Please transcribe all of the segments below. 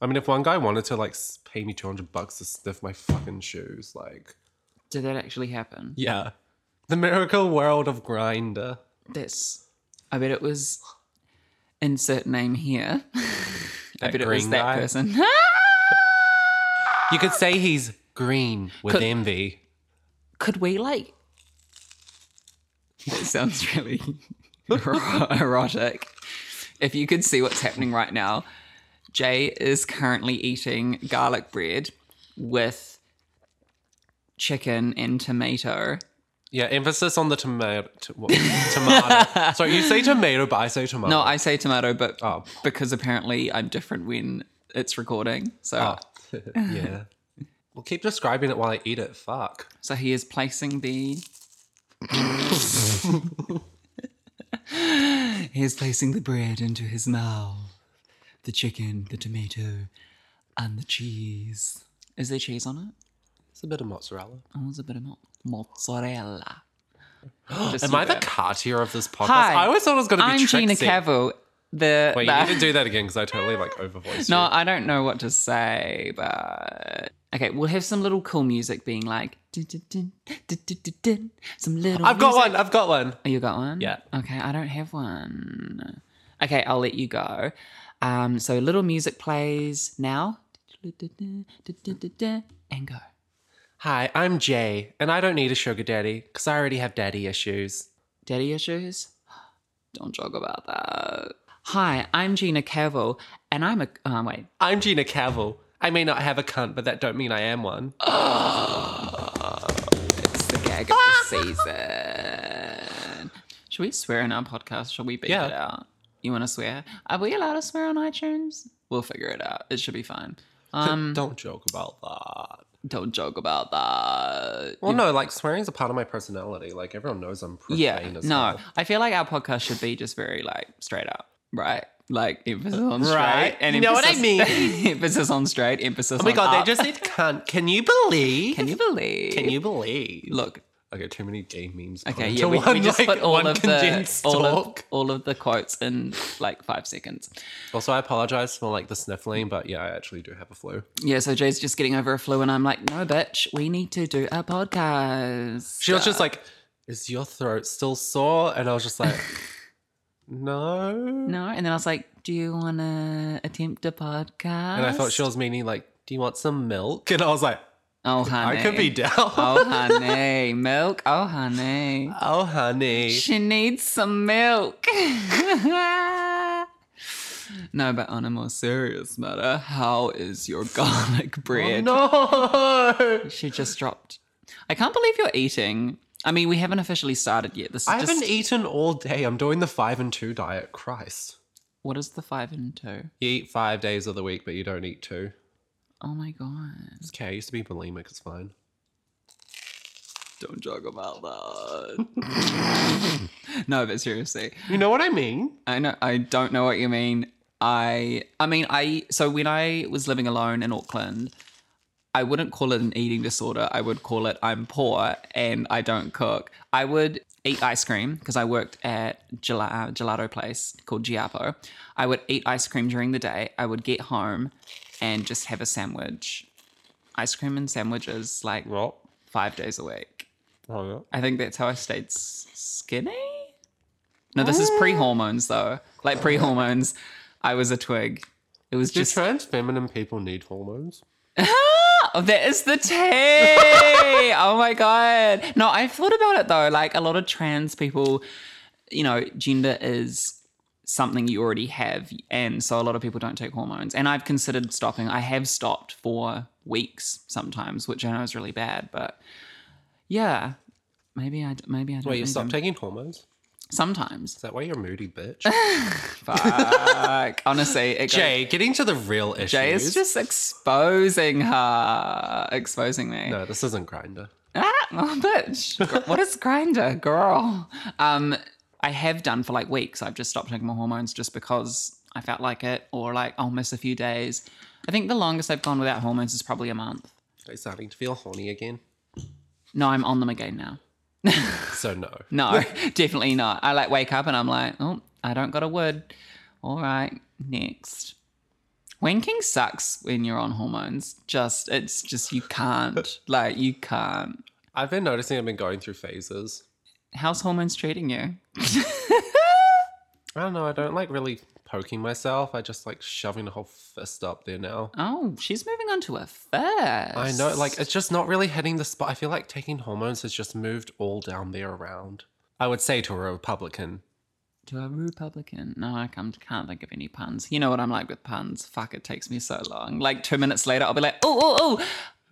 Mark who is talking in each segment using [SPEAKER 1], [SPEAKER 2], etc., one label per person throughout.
[SPEAKER 1] I mean, if one guy wanted to like s- pay me two hundred bucks to sniff my fucking shoes, like
[SPEAKER 2] Did that actually happen?
[SPEAKER 1] yeah, the miracle world of grinder.
[SPEAKER 2] This. I bet it was insert name here. I
[SPEAKER 1] That
[SPEAKER 2] bet it was
[SPEAKER 1] green
[SPEAKER 2] that
[SPEAKER 1] guy?
[SPEAKER 2] person.
[SPEAKER 1] You could say he's green with
[SPEAKER 2] Could-
[SPEAKER 1] envy.
[SPEAKER 2] Could we like That sounds really erotic. If you could see what's happening right now, Jay is currently eating garlic bread with chicken and tomato.
[SPEAKER 1] Yeah, emphasis on the tomato. T- what- tomato. Sorry, you say tomato, but I say tomato.
[SPEAKER 2] No, I say tomato, but
[SPEAKER 1] Oh.
[SPEAKER 2] because apparently I'm different when it's recording. So
[SPEAKER 1] Oh. yeah. Well, keep describing it while I eat it. Fuck.
[SPEAKER 2] so he is placing the He is placing the bread into his mouth. The chicken, the tomato, and the cheese. Is there cheese on it?
[SPEAKER 1] It's a bit of mozzarella.
[SPEAKER 2] Oh, there's a bit of mo- mozzarella. Just
[SPEAKER 1] Am
[SPEAKER 2] a
[SPEAKER 1] I the
[SPEAKER 2] bit.
[SPEAKER 1] Cartier of this podcast?
[SPEAKER 2] Hi,
[SPEAKER 1] I always thought it was going to be
[SPEAKER 2] I'm Gina
[SPEAKER 1] Trixie.
[SPEAKER 2] Cavill. The,
[SPEAKER 1] Wait,
[SPEAKER 2] the-
[SPEAKER 1] you need to do that again because I totally like overvoiced
[SPEAKER 2] No,
[SPEAKER 1] you.
[SPEAKER 2] I don't know what to say, but okay, we'll have some little cool music being like dun, dun, dun, dun, dun, dun, dun. some little.
[SPEAKER 1] I've got
[SPEAKER 2] music.
[SPEAKER 1] one. I've got one.
[SPEAKER 2] Oh, you got one?
[SPEAKER 1] Yeah.
[SPEAKER 2] Okay, I don't have one. Okay, I'll let you go. Um, so little music plays now, Dun, dun, dun, dun, dun, dun, dun, and go.
[SPEAKER 1] Hi, I'm Jay, and I don't need a sugar daddy because I already have daddy issues.
[SPEAKER 2] Daddy issues? Don't joke about that. Hi, I'm Gina Cavill, and I'm a. Oh, wait.
[SPEAKER 1] I'm Gina Cavill. I may not have a cunt, but that don't mean I am one.
[SPEAKER 2] It's the gag of the season. Should we swear in our podcast? Shall we beep
[SPEAKER 1] Yeah.
[SPEAKER 2] it out? You want to swear? Are we allowed to swear on iTunes? We'll figure it out. It should be fine. Um,
[SPEAKER 1] don't joke about that.
[SPEAKER 2] don't joke about that.
[SPEAKER 1] Well, no, like swearing is a part of my personality. Like everyone knows I'm profane
[SPEAKER 2] yeah,
[SPEAKER 1] as
[SPEAKER 2] no.
[SPEAKER 1] well.
[SPEAKER 2] I feel like our podcast should be just very like straight up, right? Like emphasis on straight,
[SPEAKER 1] Right.
[SPEAKER 2] and
[SPEAKER 1] You know what I
[SPEAKER 2] emphasis- emphasis on straight, emphasis.
[SPEAKER 1] Oh my
[SPEAKER 2] on
[SPEAKER 1] god,
[SPEAKER 2] up.
[SPEAKER 1] they just said cunt. Can you believe?
[SPEAKER 2] Uh, Can you believe?
[SPEAKER 1] Can you believe?
[SPEAKER 2] look?
[SPEAKER 1] Okay, too many gay memes. put
[SPEAKER 2] Okay,
[SPEAKER 1] into
[SPEAKER 2] yeah, we,
[SPEAKER 1] one,
[SPEAKER 2] we just
[SPEAKER 1] like,
[SPEAKER 2] put all
[SPEAKER 1] one
[SPEAKER 2] of the
[SPEAKER 1] condensed
[SPEAKER 2] all of,
[SPEAKER 1] talk.
[SPEAKER 2] all of the quotes in like five seconds.
[SPEAKER 1] Also, I apologize for like the sniffling, but yeah, I actually do have a flu.
[SPEAKER 2] Yeah, so Jay's just getting over a flu, and I'm like, no, bitch, we need to do a podcast.
[SPEAKER 1] She was just like, "Is your throat still sore?" And I was just like, "No."
[SPEAKER 2] no, and then I was like, do you want to attempt a podcast?
[SPEAKER 1] And I thought she was meaning like, "Do you want some milk?" And I was like,
[SPEAKER 2] oh honey,
[SPEAKER 1] "I could be down."
[SPEAKER 2] oh
[SPEAKER 1] Oh,
[SPEAKER 2] honey, milk. Oh honey,
[SPEAKER 1] honey.
[SPEAKER 2] she needs some milk. no, but on a more serious matter, how is your garlic bread?
[SPEAKER 1] Oh, no.
[SPEAKER 2] She just dropped. I can't believe you're eating. I mean, we haven't officially started yet. This is
[SPEAKER 1] I
[SPEAKER 2] just
[SPEAKER 1] haven't eaten all day. I'm doing the five and two diet. Christ.
[SPEAKER 2] what is the five and two?
[SPEAKER 1] You eat five days of the week, but you don't eat two.
[SPEAKER 2] Oh my god!
[SPEAKER 1] It's okay. I used to be bulimic. It's fine.
[SPEAKER 2] Don't joke about that. no, but seriously,
[SPEAKER 1] You know what I mean?
[SPEAKER 2] I know I don't know what you mean. I I mean I so when I was living alone in Auckland, I wouldn't call it an eating disorder. I would call it I'm poor and I don't cook. I would eat ice cream because I worked at gel- uh, gelato place called Giappo. I would eat ice cream during the day. I would get home and just have a sandwich. Ice cream and sandwiches like
[SPEAKER 1] Well,
[SPEAKER 2] five days a week.
[SPEAKER 1] oh, yeah.
[SPEAKER 2] I think that's how I stayed s- skinny. No, this
[SPEAKER 1] Oh.
[SPEAKER 2] is pre hormones though. Like pre hormones, I was a twig. It was
[SPEAKER 1] Do
[SPEAKER 2] just
[SPEAKER 1] trans feminine people need hormones?
[SPEAKER 2] oh, that is the tea. oh my god. No, I've thought about it though. Like a lot of trans people, you know, gender is something you already have, and so a lot of people don't take hormones. And I've considered stopping. I have stopped for weeks sometimes, which I know is really bad, but yeah. Maybe I d- maybe I don't.
[SPEAKER 1] Wait, you
[SPEAKER 2] think
[SPEAKER 1] stopped
[SPEAKER 2] I'm-
[SPEAKER 1] taking hormones?
[SPEAKER 2] Sometimes.
[SPEAKER 1] Is that why you're moody, bitch?
[SPEAKER 2] Fuck. Honestly, it
[SPEAKER 1] Jay,
[SPEAKER 2] Jay.
[SPEAKER 1] getting to the real issues.
[SPEAKER 2] Jay is just exposing her, exposing me.
[SPEAKER 1] No, this isn't grinder.
[SPEAKER 2] Ah, oh, bitch. Gr- what is grinder, girl? Um, I have done for like weeks. I've just stopped taking my hormones just because I felt like it, or like I'll miss a few days. I think the longest I've gone without hormones is probably a month.
[SPEAKER 1] I'm starting to feel horny again.
[SPEAKER 2] No, I'm on them again now.
[SPEAKER 1] So no.
[SPEAKER 2] No, definitely not. I like wake up and I'm like, oh, I don't got a word. All right, next. Wanking sucks when you're on hormones. Just it's just you can't. like you can't.
[SPEAKER 1] I've been noticing I've been going through phases.
[SPEAKER 2] How's hormones treating you?
[SPEAKER 1] I don't know. I don't like really poking myself. I just like shoving a whole fist up there now.
[SPEAKER 2] Oh, she's moving on to a first. I
[SPEAKER 1] I know, like it's just not really hitting the spot. I feel like taking hormones has just moved all down there around. I would say to a Republican,
[SPEAKER 2] to a Republican. No, I can't, can't think of any puns. You know what I'm like with puns. Fuck, it takes me so long. Like two minutes later, I'll be like, oh, oh, oh,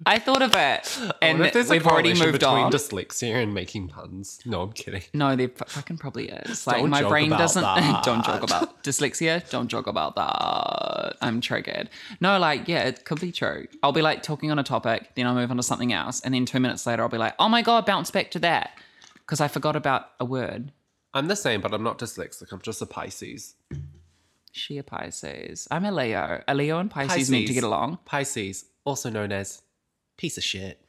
[SPEAKER 2] I thought of it, and
[SPEAKER 1] What Oh, if there's a
[SPEAKER 2] we've already
[SPEAKER 1] correlation
[SPEAKER 2] moved
[SPEAKER 1] between
[SPEAKER 2] on.
[SPEAKER 1] dyslexia and making puns. No, I'm kidding.
[SPEAKER 2] No, there fu- fucking probably is. Like
[SPEAKER 1] Don't
[SPEAKER 2] my
[SPEAKER 1] joke
[SPEAKER 2] brain
[SPEAKER 1] about
[SPEAKER 2] doesn't.
[SPEAKER 1] that.
[SPEAKER 2] don't joke about dyslexia. Don't joke about that. I'm triggered. No, like yeah, it could be true. I'll be like talking on a topic, then I'll move on to something else, and then two minutes later, I'll be like, oh my god, bounce back to that because I forgot about a word.
[SPEAKER 1] I'm the same, but I'm not dyslexic. I'm just a Pisces.
[SPEAKER 2] She a Pisces. I'm a Leo. A Leo and Pisces need to
[SPEAKER 1] Pisces.
[SPEAKER 2] get along.
[SPEAKER 1] Pisces, also known as piece of shit.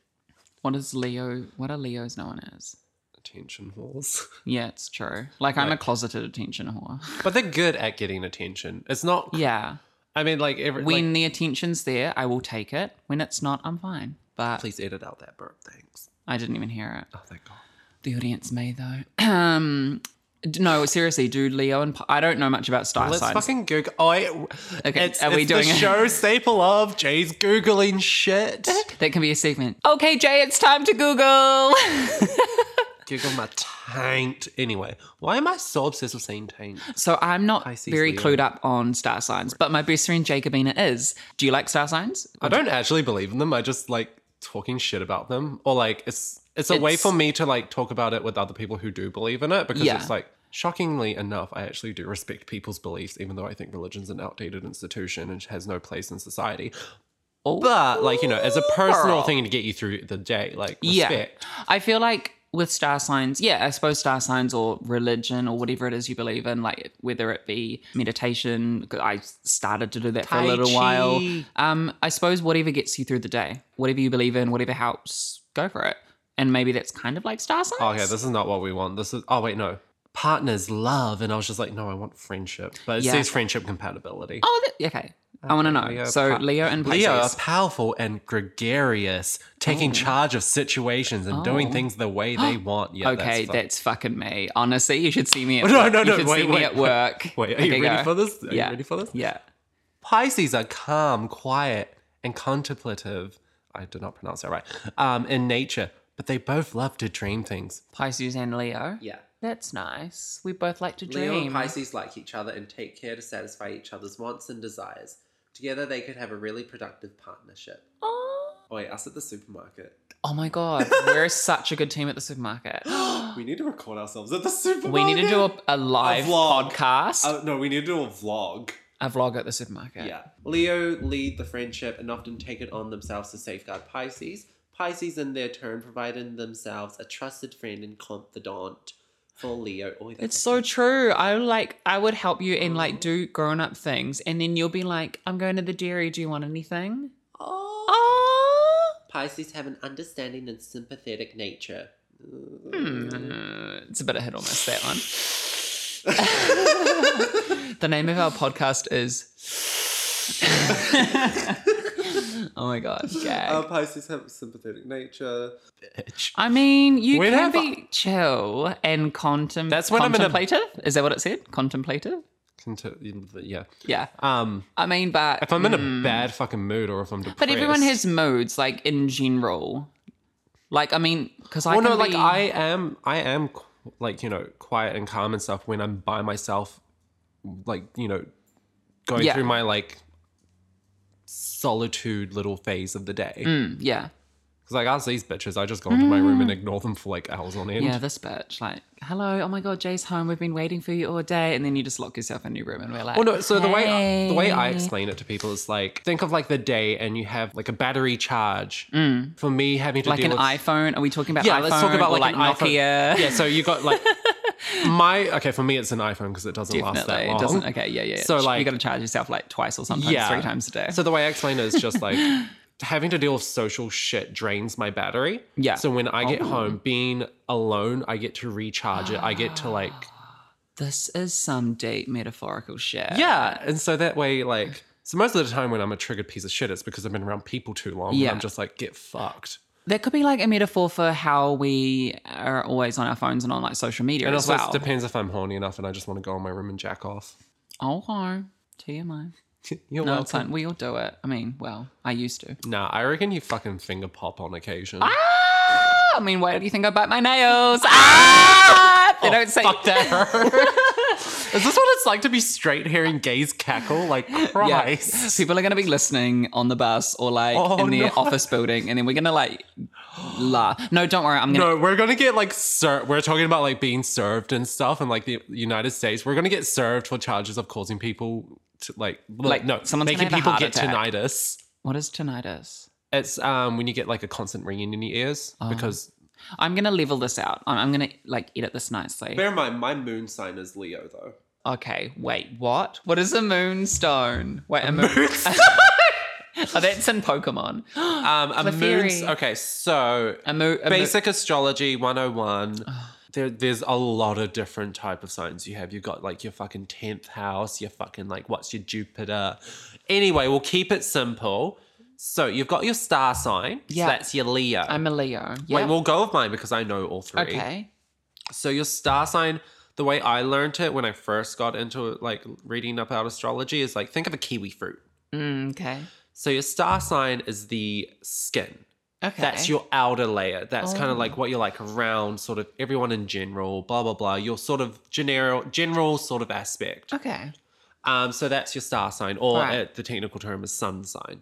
[SPEAKER 2] What is Leo? What are Leos known as?
[SPEAKER 1] Attention whores.
[SPEAKER 2] Yeah, it's true. Like I'm a closeted attention whore.
[SPEAKER 1] But they're good at getting attention. It's not.
[SPEAKER 2] Yeah.
[SPEAKER 1] I mean, like every.
[SPEAKER 2] When
[SPEAKER 1] like-
[SPEAKER 2] the attention's there, I will take it. When it's not, I'm fine. But
[SPEAKER 1] please edit out that burp. Thanks.
[SPEAKER 2] I didn't even hear it.
[SPEAKER 1] Oh, thank God.
[SPEAKER 2] The audience may though. um, d- no, seriously, do Leo and Pi- I don't know much about star
[SPEAKER 1] Let's
[SPEAKER 2] signs.
[SPEAKER 1] fucking Google. Oh, it-
[SPEAKER 2] Okay,
[SPEAKER 1] it's,
[SPEAKER 2] are we
[SPEAKER 1] it's
[SPEAKER 2] doing
[SPEAKER 1] the
[SPEAKER 2] it?
[SPEAKER 1] show staple of Jay's googling shit?
[SPEAKER 2] that can be a segment. Okay, Jay, it's time to Google.
[SPEAKER 1] Google my taint. Anyway, why am I so obsessed with saying taint?
[SPEAKER 2] so I'm not
[SPEAKER 1] Pisces,
[SPEAKER 2] very
[SPEAKER 1] Leo.
[SPEAKER 2] clued up on star signs, but my best friend Jacobina is. Do you like star signs?
[SPEAKER 1] I don't actually believe in them. I just like talking shit about them, or like it's it's a way
[SPEAKER 2] It's-
[SPEAKER 1] for me to like talk about it with other people who do believe in it because
[SPEAKER 2] Yeah.
[SPEAKER 1] it's like shockingly enough, I actually do respect people's beliefs, even though I think religion's an outdated institution and has no place in society.
[SPEAKER 2] Oh,
[SPEAKER 1] But like you know, as a personal
[SPEAKER 2] girl.
[SPEAKER 1] thing to get you through the day, like
[SPEAKER 2] Yeah.
[SPEAKER 1] respect.
[SPEAKER 2] I feel like with star signs, yeah, I suppose star signs or religion or whatever it is you believe in, like whether it be meditation, 'cause I started to do that for a
[SPEAKER 1] Tai
[SPEAKER 2] little while.
[SPEAKER 1] Chi.
[SPEAKER 2] Um, I suppose whatever gets you through the day, whatever you believe in, whatever helps, go for it. And maybe that's kind of like star signs.
[SPEAKER 1] Oh, Okay, this is not what we want. This is oh wait no, partners love, and I was just like no, I want friendship, but it
[SPEAKER 2] Yeah.
[SPEAKER 1] says friendship compatibility.
[SPEAKER 2] oh, that, okay. I want to know.
[SPEAKER 1] Leo
[SPEAKER 2] so
[SPEAKER 1] pa-
[SPEAKER 2] Leo and Pisces.
[SPEAKER 1] Leo are powerful and gregarious, taking charge of situations and doing things the way they want. Yeah,
[SPEAKER 2] okay,
[SPEAKER 1] that's
[SPEAKER 2] that's,
[SPEAKER 1] fun.
[SPEAKER 2] fucking me. Honestly, you should see me at
[SPEAKER 1] No,
[SPEAKER 2] work.
[SPEAKER 1] no,
[SPEAKER 2] You
[SPEAKER 1] no,
[SPEAKER 2] should
[SPEAKER 1] wait,
[SPEAKER 2] see me
[SPEAKER 1] wait,
[SPEAKER 2] at
[SPEAKER 1] wait.
[SPEAKER 2] work.
[SPEAKER 1] Wait, are you
[SPEAKER 2] Okay,
[SPEAKER 1] ready
[SPEAKER 2] go.
[SPEAKER 1] for this? Are
[SPEAKER 2] Yeah.
[SPEAKER 1] you ready for this?
[SPEAKER 2] Yeah.
[SPEAKER 1] Pisces are calm, quiet, and contemplative. I did not pronounce that right. Um, in nature, but they both love to dream things.
[SPEAKER 2] Pisces and Leo.
[SPEAKER 1] Yeah.
[SPEAKER 2] That's nice. We both like to dream.
[SPEAKER 1] Pisces like each other and take care to satisfy each other's wants and desires. Together, they could have a really productive partnership.
[SPEAKER 2] Oh.
[SPEAKER 1] Oh, wait, us at the supermarket.
[SPEAKER 2] Oh my god, we're such a good team at the supermarket.
[SPEAKER 1] we need to record ourselves at the supermarket.
[SPEAKER 2] We need to do a, a live
[SPEAKER 1] vlog.
[SPEAKER 2] podcast,
[SPEAKER 1] Uh, no, we need to do a vlog.
[SPEAKER 2] a vlog at the supermarket.
[SPEAKER 1] Yeah. Leo lead the friendship and often take it on themselves to safeguard Pisces. Pisces, in their turn, provided themselves a trusted friend and confidant for Leo. Oh, that's
[SPEAKER 2] It's so true. I like I would help you and like do
[SPEAKER 1] Mm.
[SPEAKER 2] grown up things, and then you'll be like, "I'm going to the dairy. Do you want anything?"
[SPEAKER 1] Oh.
[SPEAKER 2] Oh,
[SPEAKER 1] Pisces have an understanding and sympathetic nature.
[SPEAKER 2] Hmm.
[SPEAKER 3] Hmm.
[SPEAKER 2] it's a bit of hit or miss that one. the name of our podcast is. oh my god, gag.
[SPEAKER 1] Our Uh, Pisces have a sympathetic nature.
[SPEAKER 2] I mean, you
[SPEAKER 1] When
[SPEAKER 2] can
[SPEAKER 1] have
[SPEAKER 2] be chill and contem-
[SPEAKER 1] That's when I'm in a-
[SPEAKER 2] contemplative. Is that what it said? Contemplative?
[SPEAKER 1] Yeah.
[SPEAKER 2] Yeah.
[SPEAKER 1] Um,
[SPEAKER 2] I mean, but
[SPEAKER 1] if I'm in a bad fucking mood or if I'm depressed.
[SPEAKER 2] Hmm. but everyone has moods, like in general. Like I mean, because I
[SPEAKER 1] Well, no,
[SPEAKER 2] can
[SPEAKER 1] like
[SPEAKER 2] be-
[SPEAKER 1] I am, I am qu- like you know quiet and calm and stuff when I'm by myself, like you know, going
[SPEAKER 2] Yeah.
[SPEAKER 1] through my like solitude little phase of the day. Because
[SPEAKER 2] Mm, yeah,
[SPEAKER 1] like ask these bitches, I just go into my room and ignore them for like hours on end.
[SPEAKER 2] Hmm. yeah, this bitch. Like, hello, oh my god, Jay's home. We've been waiting for you all day, and then you just lock yourself in your room, and we're like,
[SPEAKER 1] Well, no. So the way uh, the way I explain it to people is like think of like the day and you have like a battery charge. For me, having to
[SPEAKER 2] Hmm. like
[SPEAKER 1] deal
[SPEAKER 2] an
[SPEAKER 1] with
[SPEAKER 2] iPhone. Are we talking about
[SPEAKER 1] yeah,
[SPEAKER 2] iPhone?
[SPEAKER 1] let's talk about
[SPEAKER 2] or,
[SPEAKER 1] like, an
[SPEAKER 2] Nokia?
[SPEAKER 1] iPhone. Yeah, so you got like my okay for me it's an iPhone because it doesn't last that
[SPEAKER 2] Definitely.
[SPEAKER 1] long.
[SPEAKER 2] It doesn't. Okay. Yeah. Yeah. yeah.
[SPEAKER 1] So,
[SPEAKER 2] you
[SPEAKER 1] like-
[SPEAKER 2] got to charge yourself like twice or sometimes three times a day.
[SPEAKER 1] So the way I explain it is just like having to deal with social shit drains my battery.
[SPEAKER 2] Yeah. Oh.
[SPEAKER 1] So when I get home, being alone, I get to recharge it. I get to like
[SPEAKER 2] This is some deep metaphorical shit.
[SPEAKER 1] yeah, and so that way like
[SPEAKER 4] So most of the time when I'm a triggered piece of shit, it's because I've been around people too long. Yeah.
[SPEAKER 2] Yeah.
[SPEAKER 4] And I'm just like, get fucked.
[SPEAKER 2] That could be like a metaphor for how we are always on our phones and on like social media
[SPEAKER 4] And
[SPEAKER 2] as
[SPEAKER 4] also,
[SPEAKER 2] well.
[SPEAKER 4] it depends if I'm horny enough and I just want to go in my room and jack off.
[SPEAKER 2] oh, hi. TMI.
[SPEAKER 4] You're
[SPEAKER 2] No, it's
[SPEAKER 4] welcome.
[SPEAKER 2] fine. We all do it. I mean, well, I used to.
[SPEAKER 4] Nah, I reckon you fucking finger pop on occasion.
[SPEAKER 2] Ah! I mean, why do you think I bite my nails? Ah! They don't say
[SPEAKER 4] Oh, Fuck that hurt. Is this what it's like to be straight hair and gays cackle? Like
[SPEAKER 2] Yeah.
[SPEAKER 4] Christ.
[SPEAKER 2] People are going to be listening on the bus or like
[SPEAKER 4] Oh,
[SPEAKER 2] in their
[SPEAKER 4] no.
[SPEAKER 2] office building, and then we're going to like laugh. No, don't worry. I'm going to.
[SPEAKER 4] No, we're gonna get like ser- we're talking about like being served and stuff, and like the United States, we're gonna get served for charges of causing people to like like
[SPEAKER 2] Like,
[SPEAKER 4] no,
[SPEAKER 2] someone's
[SPEAKER 4] making
[SPEAKER 2] gonna have a
[SPEAKER 4] people
[SPEAKER 2] heart
[SPEAKER 4] get
[SPEAKER 2] attack.
[SPEAKER 4] tinnitus.
[SPEAKER 2] What is tinnitus?
[SPEAKER 4] It's um when you get like a constant ringing in your ears
[SPEAKER 2] Oh.
[SPEAKER 4] because
[SPEAKER 2] I'm going to level this out. I'm, I'm going to like edit this nicely.
[SPEAKER 1] Bear in mind, my moon sign is Leo, though.
[SPEAKER 2] Okay, wait, what? What is a moonstone? Wait, a moon. oh, that's in Pokemon.
[SPEAKER 4] um a moon's
[SPEAKER 2] Clefairy.
[SPEAKER 4] okay so
[SPEAKER 2] A moon.
[SPEAKER 4] basic astrology 101 there, there's a lot of different type of signs you have you've got like your fucking 10th house your fucking like what's your jupiter anyway we'll keep it simple so you've got your star sign yeah
[SPEAKER 2] Yeah.
[SPEAKER 4] that's your leo
[SPEAKER 2] I'm a Leo. Yeah.
[SPEAKER 4] wait we'll go with mine because i know all three
[SPEAKER 2] okay.
[SPEAKER 4] so your star sign the way i learned it when i first got into like reading about astrology is like think of a kiwi fruit
[SPEAKER 2] Mm, okay.
[SPEAKER 4] so your star sign is the skin
[SPEAKER 2] Okay.
[SPEAKER 4] that's your outer layer. That's kind
[SPEAKER 2] Oh.
[SPEAKER 4] of like what you're like around, sort of everyone in general, blah blah blah. Your sort of general, general sort of aspect.
[SPEAKER 2] Okay.
[SPEAKER 4] Um, so that's your star sign, or
[SPEAKER 2] Oh. Right. Hmm.
[SPEAKER 4] uh, the technical term is sun sign.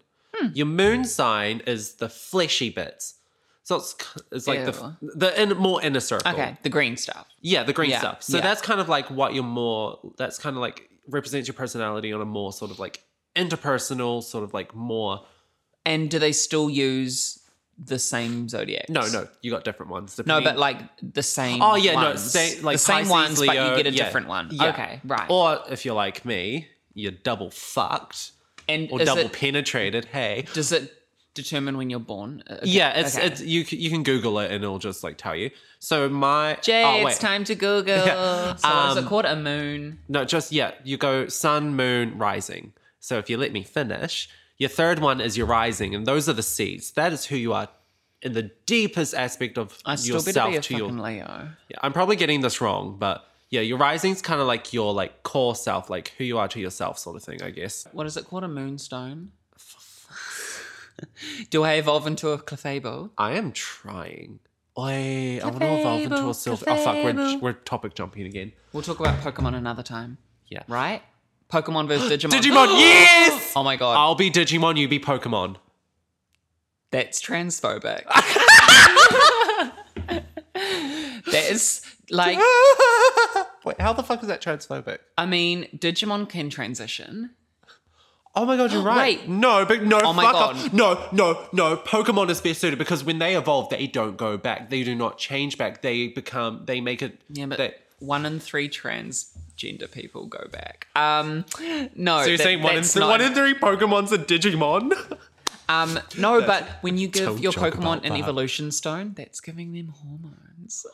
[SPEAKER 4] Your moon sign is the fleshy bits. So it's k- it's like the
[SPEAKER 2] Ew.
[SPEAKER 4] the in, more inner circle.
[SPEAKER 2] Okay. The green stuff.
[SPEAKER 4] Yeah, the green
[SPEAKER 2] Yeah,
[SPEAKER 4] stuff. So
[SPEAKER 2] yeah.
[SPEAKER 4] that's kind of like what you're more. That's kind of like represents your personality on a more sort of like interpersonal, sort of like more.
[SPEAKER 2] And do they still use the same zodiac?
[SPEAKER 4] No, no, you got different ones.
[SPEAKER 2] No,
[SPEAKER 4] depending-
[SPEAKER 2] but like the same.
[SPEAKER 4] Oh, yeah, no,
[SPEAKER 2] ones.
[SPEAKER 4] say, like,
[SPEAKER 2] the same
[SPEAKER 4] Pisces,
[SPEAKER 2] ones, but
[SPEAKER 4] Leo,
[SPEAKER 2] you get a
[SPEAKER 4] yeah,
[SPEAKER 2] different one.
[SPEAKER 4] yeah.
[SPEAKER 2] Okay, right.
[SPEAKER 4] Or if you're like me, you're double fucked
[SPEAKER 2] and
[SPEAKER 4] or
[SPEAKER 2] is
[SPEAKER 4] double
[SPEAKER 2] it-
[SPEAKER 4] penetrated. Hey.
[SPEAKER 2] does it determine when you're born? Uh, okay,
[SPEAKER 4] Yeah, it's
[SPEAKER 2] okay.
[SPEAKER 4] it's you c- you can Google it and it'll just like tell you. So my
[SPEAKER 2] Jay,
[SPEAKER 4] oh, wait.
[SPEAKER 2] it's time to Google.
[SPEAKER 4] Yeah.
[SPEAKER 2] So what is
[SPEAKER 4] Um,
[SPEAKER 2] it called? A moon.
[SPEAKER 4] No, just yeah, you go sun, moon, rising. So if you let me finish, your third one is your rising, and those are the seeds. That is who you are in the deepest aspect of
[SPEAKER 2] I still better
[SPEAKER 4] yourself
[SPEAKER 2] be a
[SPEAKER 4] to your
[SPEAKER 2] fucking Leo.
[SPEAKER 4] Yeah, I'm probably getting this wrong, but yeah, your rising's kind of like your like core self, like who you are to yourself, sort of thing, I guess.
[SPEAKER 2] What is it called? A moonstone? Do I evolve into a Clefable?
[SPEAKER 4] I am trying. Oi, I want to evolve into a
[SPEAKER 2] Clefable,
[SPEAKER 4] silver. Oh fuck, we're
[SPEAKER 2] Clefable.
[SPEAKER 4] we're topic jumping again.
[SPEAKER 2] We'll talk about Pokemon another time,
[SPEAKER 4] Yeah,
[SPEAKER 2] right? Pokemon versus Digimon.
[SPEAKER 4] Digimon, yes!
[SPEAKER 2] Oh my god,
[SPEAKER 4] I'll be Digimon, you be Pokemon.
[SPEAKER 2] that's transphobic. that is like,
[SPEAKER 4] Wait, how the fuck is that transphobic?
[SPEAKER 2] I mean, Digimon can transition.
[SPEAKER 4] Oh my god, you're right.
[SPEAKER 2] Wait.
[SPEAKER 4] No, but no,
[SPEAKER 2] Oh my
[SPEAKER 4] fuck off.
[SPEAKER 2] God.
[SPEAKER 4] No, no, no. Pokemon is best suited because when they evolve, they don't go back. They do not change back. They become. They make it.
[SPEAKER 2] Yeah, but
[SPEAKER 4] they-
[SPEAKER 2] one in three transgender people go back. Um, no,
[SPEAKER 4] So you're
[SPEAKER 2] that-
[SPEAKER 4] saying one in,
[SPEAKER 2] that's
[SPEAKER 4] th-
[SPEAKER 2] not-
[SPEAKER 4] one in three Pokemon's a Digimon?
[SPEAKER 2] Um, no, but when you
[SPEAKER 4] Don't
[SPEAKER 2] give your
[SPEAKER 4] joke
[SPEAKER 2] Pokemon
[SPEAKER 4] about
[SPEAKER 2] an
[SPEAKER 4] that.
[SPEAKER 2] evolution stone, that's giving them hormones.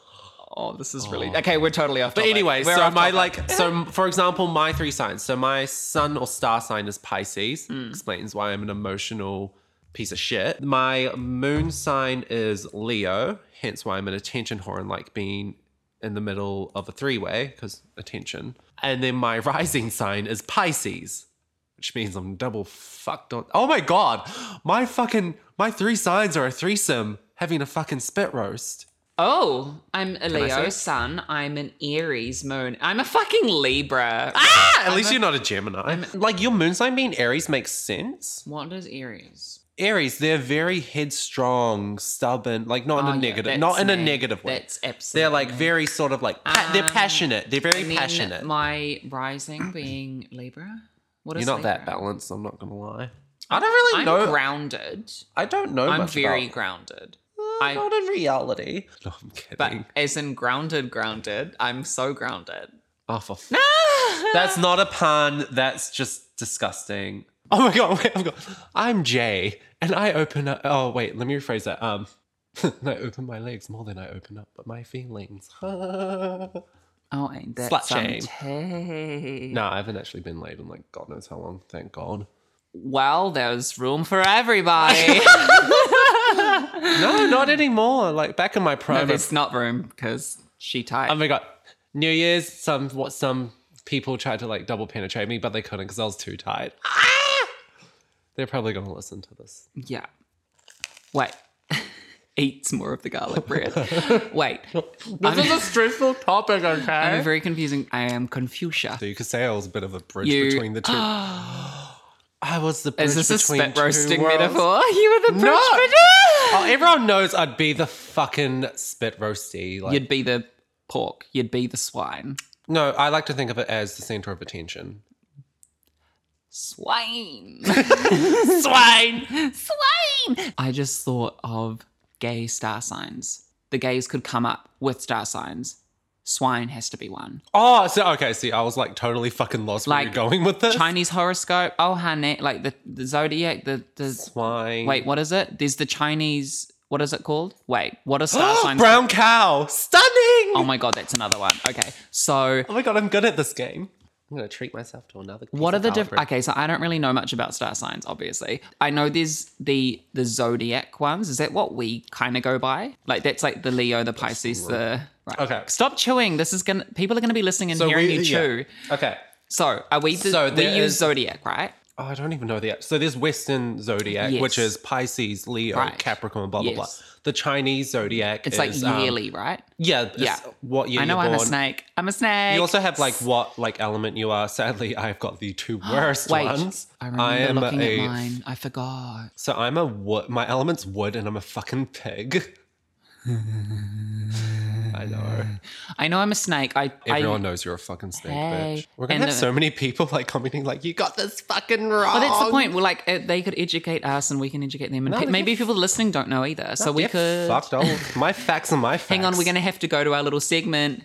[SPEAKER 2] Oh, this is really okay. We're totally off.
[SPEAKER 4] But
[SPEAKER 2] topic.
[SPEAKER 4] anyway,
[SPEAKER 2] We're
[SPEAKER 4] so
[SPEAKER 2] off
[SPEAKER 4] my
[SPEAKER 2] topic.
[SPEAKER 4] like, so for example, my three signs. So my sun or star sign is Pisces. Explains why I'm an emotional piece of shit. My moon sign is Leo, hence why I'm an attention whore and like being in the middle of a three way because attention. And then my rising sign is Pisces, which means I'm double fucked on. Oh my god, my fucking my three signs are a threesome having a fucking spit roast.
[SPEAKER 2] oh, I'm a
[SPEAKER 4] say
[SPEAKER 2] Leo
[SPEAKER 4] it?
[SPEAKER 2] sun. I'm an Aries moon. I'm a fucking Libra. Ah!
[SPEAKER 4] At least you're not a Gemini. like your moon sign being Aries makes sense.
[SPEAKER 2] What is Aries?
[SPEAKER 4] Aries, they're very headstrong, stubborn, like not in
[SPEAKER 2] Oh,
[SPEAKER 4] a
[SPEAKER 2] yeah,
[SPEAKER 4] negative,
[SPEAKER 2] that's
[SPEAKER 4] not in a
[SPEAKER 2] me.
[SPEAKER 4] negative way.
[SPEAKER 2] That's absolutely.
[SPEAKER 4] They're like very sort of like pa- they're
[SPEAKER 2] Um,
[SPEAKER 4] passionate. They're very
[SPEAKER 2] And then
[SPEAKER 4] passionate.
[SPEAKER 2] My rising being Libra. What
[SPEAKER 4] You're
[SPEAKER 2] is
[SPEAKER 4] not that
[SPEAKER 2] Libra?
[SPEAKER 4] balanced. I'm not gonna lie. I don't really
[SPEAKER 2] I'm
[SPEAKER 4] know.
[SPEAKER 2] grounded.
[SPEAKER 4] I don't know
[SPEAKER 2] I'm
[SPEAKER 4] much
[SPEAKER 2] very
[SPEAKER 4] about.
[SPEAKER 2] grounded.
[SPEAKER 4] Uh,
[SPEAKER 2] I-
[SPEAKER 4] not in reality. No, I'm kidding.
[SPEAKER 2] But as in grounded, grounded. I'm so grounded.
[SPEAKER 4] oh, for f- that's not a pun. That's just disgusting. Oh my god! Wait, I've got. I'm Jay, and I open up. Oh wait, let me rephrase that. Um, and I open my legs more than I open up my feelings. no,
[SPEAKER 2] Oh, ain't that
[SPEAKER 4] Slut
[SPEAKER 2] some
[SPEAKER 4] shame.
[SPEAKER 2] tea?
[SPEAKER 4] I haven't actually been laid in like God knows how long. Thank God.
[SPEAKER 2] well, there's room for everybody.
[SPEAKER 4] No, not anymore. Like back in my
[SPEAKER 2] no,
[SPEAKER 4] private.
[SPEAKER 2] there's not room because she tight.
[SPEAKER 4] oh my god, New Year's. Some what some people tried to like double penetrate me, but they couldn't because I was too tight. They're probably gonna listen to this.
[SPEAKER 2] yeah. Wait. Eat some more of the garlic bread. Wait. I'm,
[SPEAKER 4] stressful topic, okay?
[SPEAKER 2] I'm a very confusing. I am Confucia.
[SPEAKER 4] so you could say I was a bit of a bridge
[SPEAKER 2] You-
[SPEAKER 4] between the two. I was the bridge
[SPEAKER 2] Is this a
[SPEAKER 4] between
[SPEAKER 2] spit
[SPEAKER 4] two
[SPEAKER 2] roasting
[SPEAKER 4] worlds.
[SPEAKER 2] metaphor? You were the
[SPEAKER 4] No.
[SPEAKER 2] bridge between-
[SPEAKER 4] Oh, everyone knows I'd be the fucking spit roasty. Like,
[SPEAKER 2] You'd be the pork. You'd be the swine.
[SPEAKER 4] no, I like to think of it as the center of attention.
[SPEAKER 2] Swine. swine. Swine. I just thought of gay star signs. The gays could come up with star signs. Swine has to be one.
[SPEAKER 4] Oh, so okay. See, I was like totally fucking lost where
[SPEAKER 2] Like,
[SPEAKER 4] you're going with this.
[SPEAKER 2] Chinese horoscope. Oh, honey. Like the, the zodiac. The, the
[SPEAKER 4] Swine.
[SPEAKER 2] Wait, what is it? There's the Chinese. What is it called? Wait, what are star signs?
[SPEAKER 4] Brown cow. Stunning.
[SPEAKER 2] uh, Oh
[SPEAKER 4] Oh
[SPEAKER 2] my god, that's another one. Okay, so
[SPEAKER 4] my god, I'm good at this game. I'm gonna treat myself to another. piece
[SPEAKER 2] what are
[SPEAKER 4] of
[SPEAKER 2] the
[SPEAKER 4] garlic
[SPEAKER 2] different? Okay, so I don't really know much about star signs. Obviously, I know there's the the zodiac ones. Is that what we kind of go by? Like that's like the Leo, the Pisces, the right.
[SPEAKER 4] Okay.
[SPEAKER 2] Stop chewing. This is gonna. People are gonna be listening and
[SPEAKER 4] So
[SPEAKER 2] hearing
[SPEAKER 4] we-
[SPEAKER 2] you
[SPEAKER 4] yeah.
[SPEAKER 2] chew.
[SPEAKER 4] bread. Okay.
[SPEAKER 2] So are we? The,
[SPEAKER 4] So
[SPEAKER 2] we
[SPEAKER 4] there
[SPEAKER 2] use
[SPEAKER 4] is-
[SPEAKER 2] zodiac, right?
[SPEAKER 4] Oh, I don't even know the. So there's Western zodiac,
[SPEAKER 2] Yes.
[SPEAKER 4] which is Pisces, Leo,
[SPEAKER 2] Right.
[SPEAKER 4] Capricorn, blah blah blah.
[SPEAKER 2] Yes.
[SPEAKER 4] The Chinese zodiac.
[SPEAKER 2] It's
[SPEAKER 4] is,
[SPEAKER 2] like
[SPEAKER 4] um,
[SPEAKER 2] yearly, right?
[SPEAKER 4] yeah. it's
[SPEAKER 2] Yeah.
[SPEAKER 4] What year
[SPEAKER 2] I know
[SPEAKER 4] you're
[SPEAKER 2] I'm a
[SPEAKER 4] born.
[SPEAKER 2] snake. I'm a snake.
[SPEAKER 4] You also have like what like element you are. Sadly, I've got the two worst
[SPEAKER 2] Wait,
[SPEAKER 4] ones.
[SPEAKER 2] I remember
[SPEAKER 4] am
[SPEAKER 2] looking
[SPEAKER 4] a
[SPEAKER 2] at mine. I forgot.
[SPEAKER 4] so I'm a wood. My element's wood, and I'm a fucking pig. I know.
[SPEAKER 2] I know I'm a snake. I
[SPEAKER 4] Everyone
[SPEAKER 2] I,
[SPEAKER 4] knows you're a fucking snake,
[SPEAKER 2] Hey.
[SPEAKER 4] bitch. We're gonna
[SPEAKER 2] And
[SPEAKER 4] have
[SPEAKER 2] the-
[SPEAKER 4] so many people like commenting, like, "You got this fucking wrong."
[SPEAKER 2] Well, that's the point. We're like uh, they could educate us, and we can educate them, and
[SPEAKER 4] Um, No,
[SPEAKER 2] pe-
[SPEAKER 4] they
[SPEAKER 2] maybe people listening don't know either. So we
[SPEAKER 4] Get
[SPEAKER 2] could.
[SPEAKER 4] fucked all my facts and my facts.
[SPEAKER 2] Hang on, we're gonna have to go to our little segment.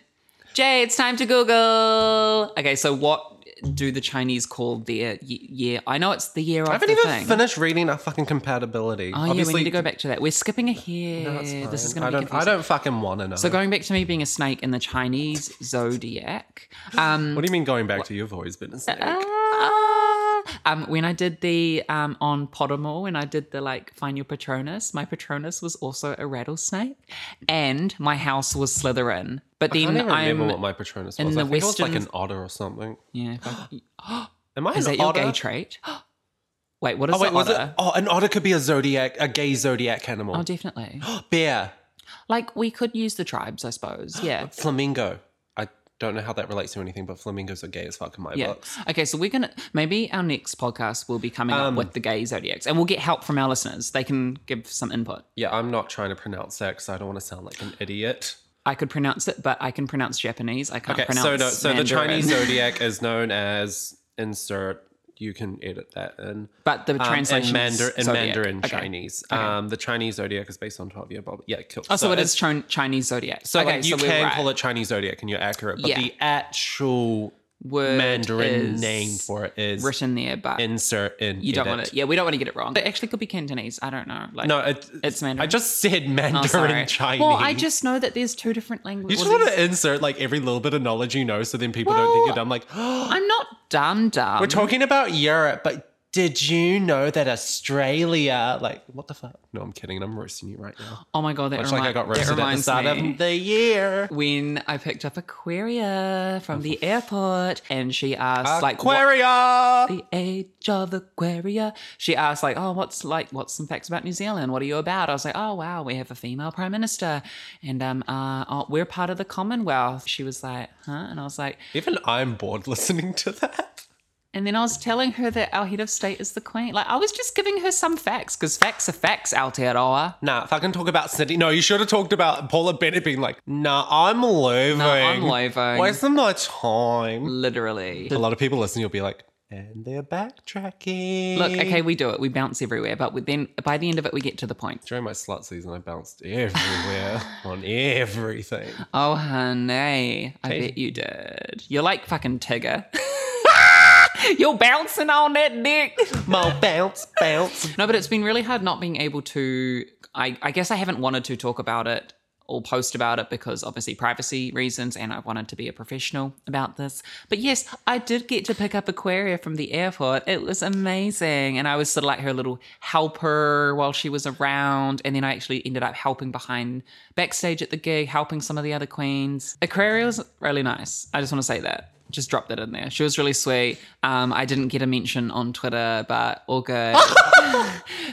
[SPEAKER 2] Jay, it's time to Google. Okay, so what do the Chinese call their y- year? I know it's the year of
[SPEAKER 4] I haven't
[SPEAKER 2] the
[SPEAKER 4] even
[SPEAKER 2] thing.
[SPEAKER 4] finished reading our fucking compatibility.
[SPEAKER 2] oh yeah, we need to go back to that. We're skipping ahead. this is gonna
[SPEAKER 4] I
[SPEAKER 2] be
[SPEAKER 4] don't.
[SPEAKER 2] confusing.
[SPEAKER 4] I don't fucking want to know.
[SPEAKER 2] So going back to me being a snake in the Chinese zodiac. Um,
[SPEAKER 4] what do you mean going back to you've always
[SPEAKER 2] Uh,
[SPEAKER 4] been a snake?
[SPEAKER 2] Ah. Um, when I did the um on Pottermore, when I did the like find your Patronus, my Patronus was also a rattlesnake, and my house was Slytherin. But
[SPEAKER 4] I
[SPEAKER 2] then
[SPEAKER 4] don't even remember
[SPEAKER 2] I'm
[SPEAKER 4] what my Patronus was.
[SPEAKER 2] in
[SPEAKER 4] I
[SPEAKER 2] the
[SPEAKER 4] think it was like
[SPEAKER 2] Western-
[SPEAKER 4] an otter or something.
[SPEAKER 2] yeah. fuck-
[SPEAKER 4] Am I
[SPEAKER 2] Is
[SPEAKER 4] an
[SPEAKER 2] that your
[SPEAKER 4] otter?
[SPEAKER 2] gay trait? wait, what is
[SPEAKER 4] Oh wait,
[SPEAKER 2] the
[SPEAKER 4] was it?
[SPEAKER 2] otter?
[SPEAKER 4] Oh, an otter could be a zodiac, a gay zodiac animal.
[SPEAKER 2] Oh, definitely.
[SPEAKER 4] Bear,
[SPEAKER 2] like we could use the tribes, I suppose. Yeah.
[SPEAKER 4] flamingo. I don't know how that relates to anything, but flamingos are gay as fuck in my
[SPEAKER 2] Yeah.
[SPEAKER 4] books.
[SPEAKER 2] Okay, so we're gonna maybe our next podcast will be coming
[SPEAKER 4] Um,
[SPEAKER 2] up with the gay zodiacs, and we'll get help from our listeners. They can give some input.
[SPEAKER 4] Yeah, I'm not trying to pronounce that because I don't want to sound like an idiot.
[SPEAKER 2] I could pronounce it, but I can pronounce Japanese. I can't
[SPEAKER 4] Okay,
[SPEAKER 2] pronounce.
[SPEAKER 4] so no, so the
[SPEAKER 2] Mandarin.
[SPEAKER 4] Chinese zodiac is known as insert. You can edit that in.
[SPEAKER 2] but the
[SPEAKER 4] Um,
[SPEAKER 2] translation
[SPEAKER 4] in, Mandar- in
[SPEAKER 2] is zodiac.
[SPEAKER 4] Mandarin
[SPEAKER 2] Okay.
[SPEAKER 4] Chinese. Um, the Chinese zodiac is based on twelve year blah, blah. Yeah, cool.
[SPEAKER 2] Oh, so, it is Chi- Chinese zodiac.
[SPEAKER 4] So
[SPEAKER 2] okay,
[SPEAKER 4] like, you
[SPEAKER 2] so we're
[SPEAKER 4] can
[SPEAKER 2] right.
[SPEAKER 4] call it Chinese zodiac and you're accurate, but
[SPEAKER 2] Yeah.
[SPEAKER 4] the actual
[SPEAKER 2] Word
[SPEAKER 4] Mandarin
[SPEAKER 2] is
[SPEAKER 4] name for it is
[SPEAKER 2] written there, but
[SPEAKER 4] insert in.
[SPEAKER 2] you don't
[SPEAKER 4] edit.
[SPEAKER 2] want to. Yeah, we don't want to get it wrong. It actually could be Cantonese. I don't know. Like,
[SPEAKER 4] No, it,
[SPEAKER 2] It's
[SPEAKER 4] I
[SPEAKER 2] Mandarin.
[SPEAKER 4] just said
[SPEAKER 2] Oh,
[SPEAKER 4] Mandarin
[SPEAKER 2] sorry.
[SPEAKER 4] Chinese.
[SPEAKER 2] Well, I just know that there's two different languages.
[SPEAKER 4] You just want to insert like every little bit of knowledge you know, so then people don't
[SPEAKER 2] Well,
[SPEAKER 4] think you're dumb. Like,
[SPEAKER 2] I'm not dumb, dumb.
[SPEAKER 4] we're talking about Europe, but did you know that Australia? Like, what the fuck? No, I'm kidding. I'm roasting you right now.
[SPEAKER 2] oh my god, that,
[SPEAKER 4] Much
[SPEAKER 2] remind,
[SPEAKER 4] like I got
[SPEAKER 2] that
[SPEAKER 4] roasted at the
[SPEAKER 2] reminds
[SPEAKER 4] start
[SPEAKER 2] me.
[SPEAKER 4] of the year.
[SPEAKER 2] when I picked up Aquaria from the airport, and she asked, like, what-
[SPEAKER 4] Aquaria.
[SPEAKER 2] the age of Aquaria. She asked, like, oh, what's like, what's some facts about New Zealand? What are you about? I was like, oh, wow, we have a female prime minister and um, uh, oh, we're part of the Commonwealth. She was like, huh? And I was like,
[SPEAKER 4] Even I'm bored listening to that.
[SPEAKER 2] and then I was telling her that our head of state is the Queen. Like, I was just giving her some facts because facts are facts, Aotearoa.
[SPEAKER 4] Nah, fucking talk about Sydney. No, you should have talked about Paula Bennett being like, nah, I'm leaving.
[SPEAKER 2] No, I'm leaving.
[SPEAKER 4] Wasting my time.
[SPEAKER 2] Literally.
[SPEAKER 4] A lot of people listening, you'll be like, and they're backtracking.
[SPEAKER 2] Look, okay, we do it. We bounce everywhere, but we, then by the end of it, we get to the point.
[SPEAKER 4] During my slut season, I bounced everywhere on everything.
[SPEAKER 2] Oh, honey. I bet you did. You're like fucking Tigger. You're bouncing on that dick.
[SPEAKER 4] My bounce, bounce.
[SPEAKER 2] No, but it's been really hard not being able to. I, I guess I haven't wanted to talk about it all post about it because obviously privacy reasons, and I wanted to be a professional about this. But yes, I did get to pick up Aquaria from the airport. It was amazing. And I was sort of like her little helper while she was around. And then I actually ended up helping behind backstage at the gig, helping some of the other queens. Aquaria was really nice. I just want to say that. Just dropped that in there. She was really sweet. Um, I didn't get a mention on Twitter, but all good.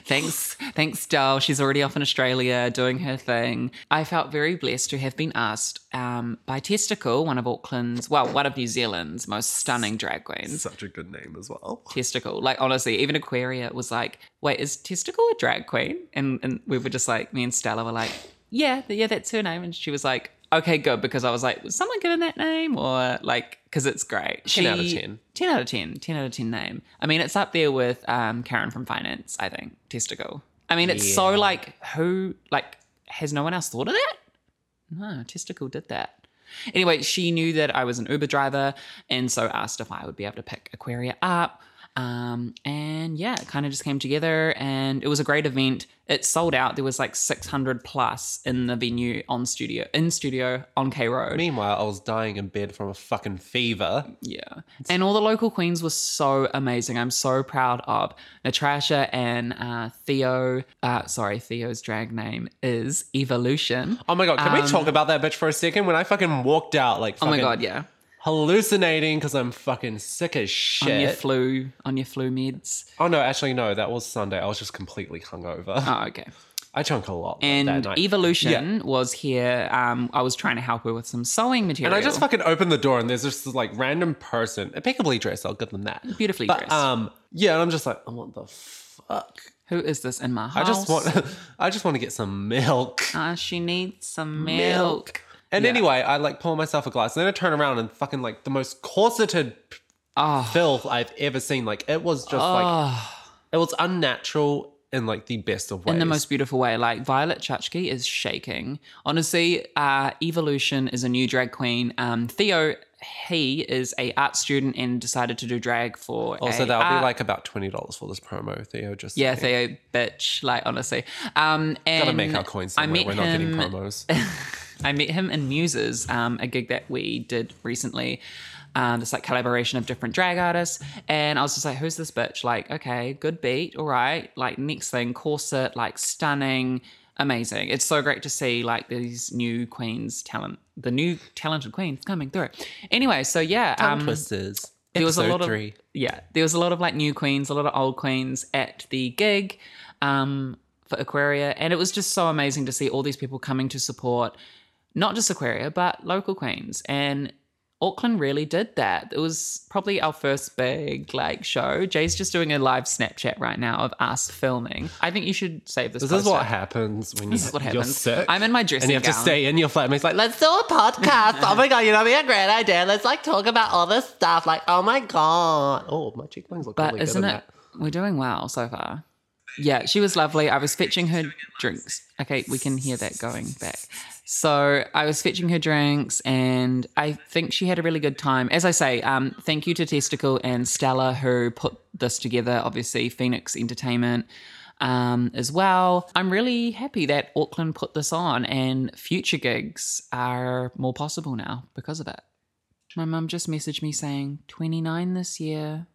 [SPEAKER 2] thanks, thanks, Dal. She's already off in Australia doing her thing. I felt very blessed to have been asked um, by Testicle, one of Auckland's, well, one of New Zealand's most stunning drag queens.
[SPEAKER 4] Such a good name as well.
[SPEAKER 2] Testicle. Like honestly, even Aquaria was like, "Wait, is Testicle a drag queen?" And and we were just like, me and Stella were like, "Yeah, th- yeah, that's her name." And she was like, "Okay, good," because I was like, "Was someone given that name?" Or like, because it's great.
[SPEAKER 4] 10 out of
[SPEAKER 2] She-
[SPEAKER 4] 10.
[SPEAKER 2] 10 out of 10. 10 out of 10 name. I mean, it's up there with um, Karen from Finance. I think Testicle. I mean, it's so like who like has no one else thought of that? No, Testicle did that. Anyway, she knew that I was an Uber driver and so asked if I would be able to pick Aquaria up. Um, and yeah, it kind of just came together and it was a great event. It sold out. There was like 600 plus in the venue on studio, in studio on K Road.
[SPEAKER 4] Meanwhile, I was dying in bed from a fucking fever.
[SPEAKER 2] Yeah. And all the local queens were so amazing. I'm so proud of Natasha and uh, Theo. Uh, sorry, Theo's drag name is Evolution.
[SPEAKER 4] Oh my god, can we talk about that bitch for a second? When I fucking walked out, like,
[SPEAKER 2] Um, Oh
[SPEAKER 4] fucking
[SPEAKER 2] my God, yeah.
[SPEAKER 4] hallucinating because I'm fucking sick as shit.
[SPEAKER 2] On your flu, on your flu meds.
[SPEAKER 4] oh no, actually no, that was Sunday. I was just completely hungover.
[SPEAKER 2] Oh, okay.
[SPEAKER 4] I chunk a lot that
[SPEAKER 2] And
[SPEAKER 4] night.
[SPEAKER 2] Evolution was here. Um, I was trying to help her with some sewing material.
[SPEAKER 4] and I just fucking opened the door and there's just this like random person, impeccably dressed. I'll give them that.
[SPEAKER 2] beautifully
[SPEAKER 4] But
[SPEAKER 2] dressed.
[SPEAKER 4] um, yeah, and I'm just like, oh, what the fuck?
[SPEAKER 2] Who is this in my
[SPEAKER 4] I
[SPEAKER 2] house?
[SPEAKER 4] just want, I just want to get some milk.
[SPEAKER 2] Uh, she needs some milk.
[SPEAKER 4] And
[SPEAKER 2] Yeah.
[SPEAKER 4] anyway, I like pour myself a glass, and then I turn around and fucking like the most corseted p-
[SPEAKER 2] Oh,
[SPEAKER 4] filth I've ever seen. Like it was just like
[SPEAKER 2] oh,
[SPEAKER 4] it was unnatural in like the best of ways.
[SPEAKER 2] in the most beautiful way. Like Violet Chachki is shaking. Honestly, uh, Evolution is a new drag queen. Um, Theo, he is a art student and decided to do drag for.
[SPEAKER 4] Also,
[SPEAKER 2] a
[SPEAKER 4] Oh, that'll
[SPEAKER 2] art-
[SPEAKER 4] be like about twenty dollars for this promo, Theo. Just
[SPEAKER 2] uh, Yeah,
[SPEAKER 4] saying.
[SPEAKER 2] Theo, bitch. Like honestly, um, and
[SPEAKER 4] gotta make our coins.
[SPEAKER 2] I
[SPEAKER 4] somewhere.
[SPEAKER 2] met
[SPEAKER 4] We're not getting
[SPEAKER 2] him- um,
[SPEAKER 4] promos.
[SPEAKER 2] I met him in Muses, um, a gig that we did recently. Um, this like collaboration of different drag artists, and I was just like, "Who's this bitch?" Like, okay, good beat, all right. Like next thing, corset, like stunning, amazing. It's so great to see like these new queens talent, the new talented queens coming through. Anyway, so yeah, um,
[SPEAKER 4] Twisters.
[SPEAKER 2] there was a
[SPEAKER 4] Episode
[SPEAKER 2] lot of
[SPEAKER 4] three.
[SPEAKER 2] yeah, there was a lot of like new queens, a lot of old queens at the gig um, for Aquaria, and it was just so amazing to see all these people coming to support not just Aquaria but local queens, and Auckland really did that. It was probably our first big like show. Jay's just doing a live Snapchat right now of us filming. I think you should save this.
[SPEAKER 4] This is what
[SPEAKER 2] poster.
[SPEAKER 4] happens when
[SPEAKER 2] This is what
[SPEAKER 4] you're
[SPEAKER 2] happens.
[SPEAKER 4] sick.
[SPEAKER 2] I'm in my dressing
[SPEAKER 4] and you have
[SPEAKER 2] gown.
[SPEAKER 4] to stay in your flatmate's like, let's
[SPEAKER 3] do a podcast. oh my god, you know, that'd be a great idea. Let's like talk about all this stuff. Like, oh my god.
[SPEAKER 4] Oh, my cheekbones look
[SPEAKER 2] But
[SPEAKER 4] really
[SPEAKER 2] isn't
[SPEAKER 4] good
[SPEAKER 2] it?
[SPEAKER 4] in that.
[SPEAKER 2] We're doing well so far. Yeah, she was lovely. I was fetching her drinks. Okay, we can hear that going back. So I was fetching her drinks, and I think she had a really good time. As I say, um, thank you to Testicle and Stella who put this together. Obviously, Phoenix Entertainment um, as well. I'm really happy that Auckland put this on, and future gigs are more possible now because of it. My mum just messaged me saying 29 this year.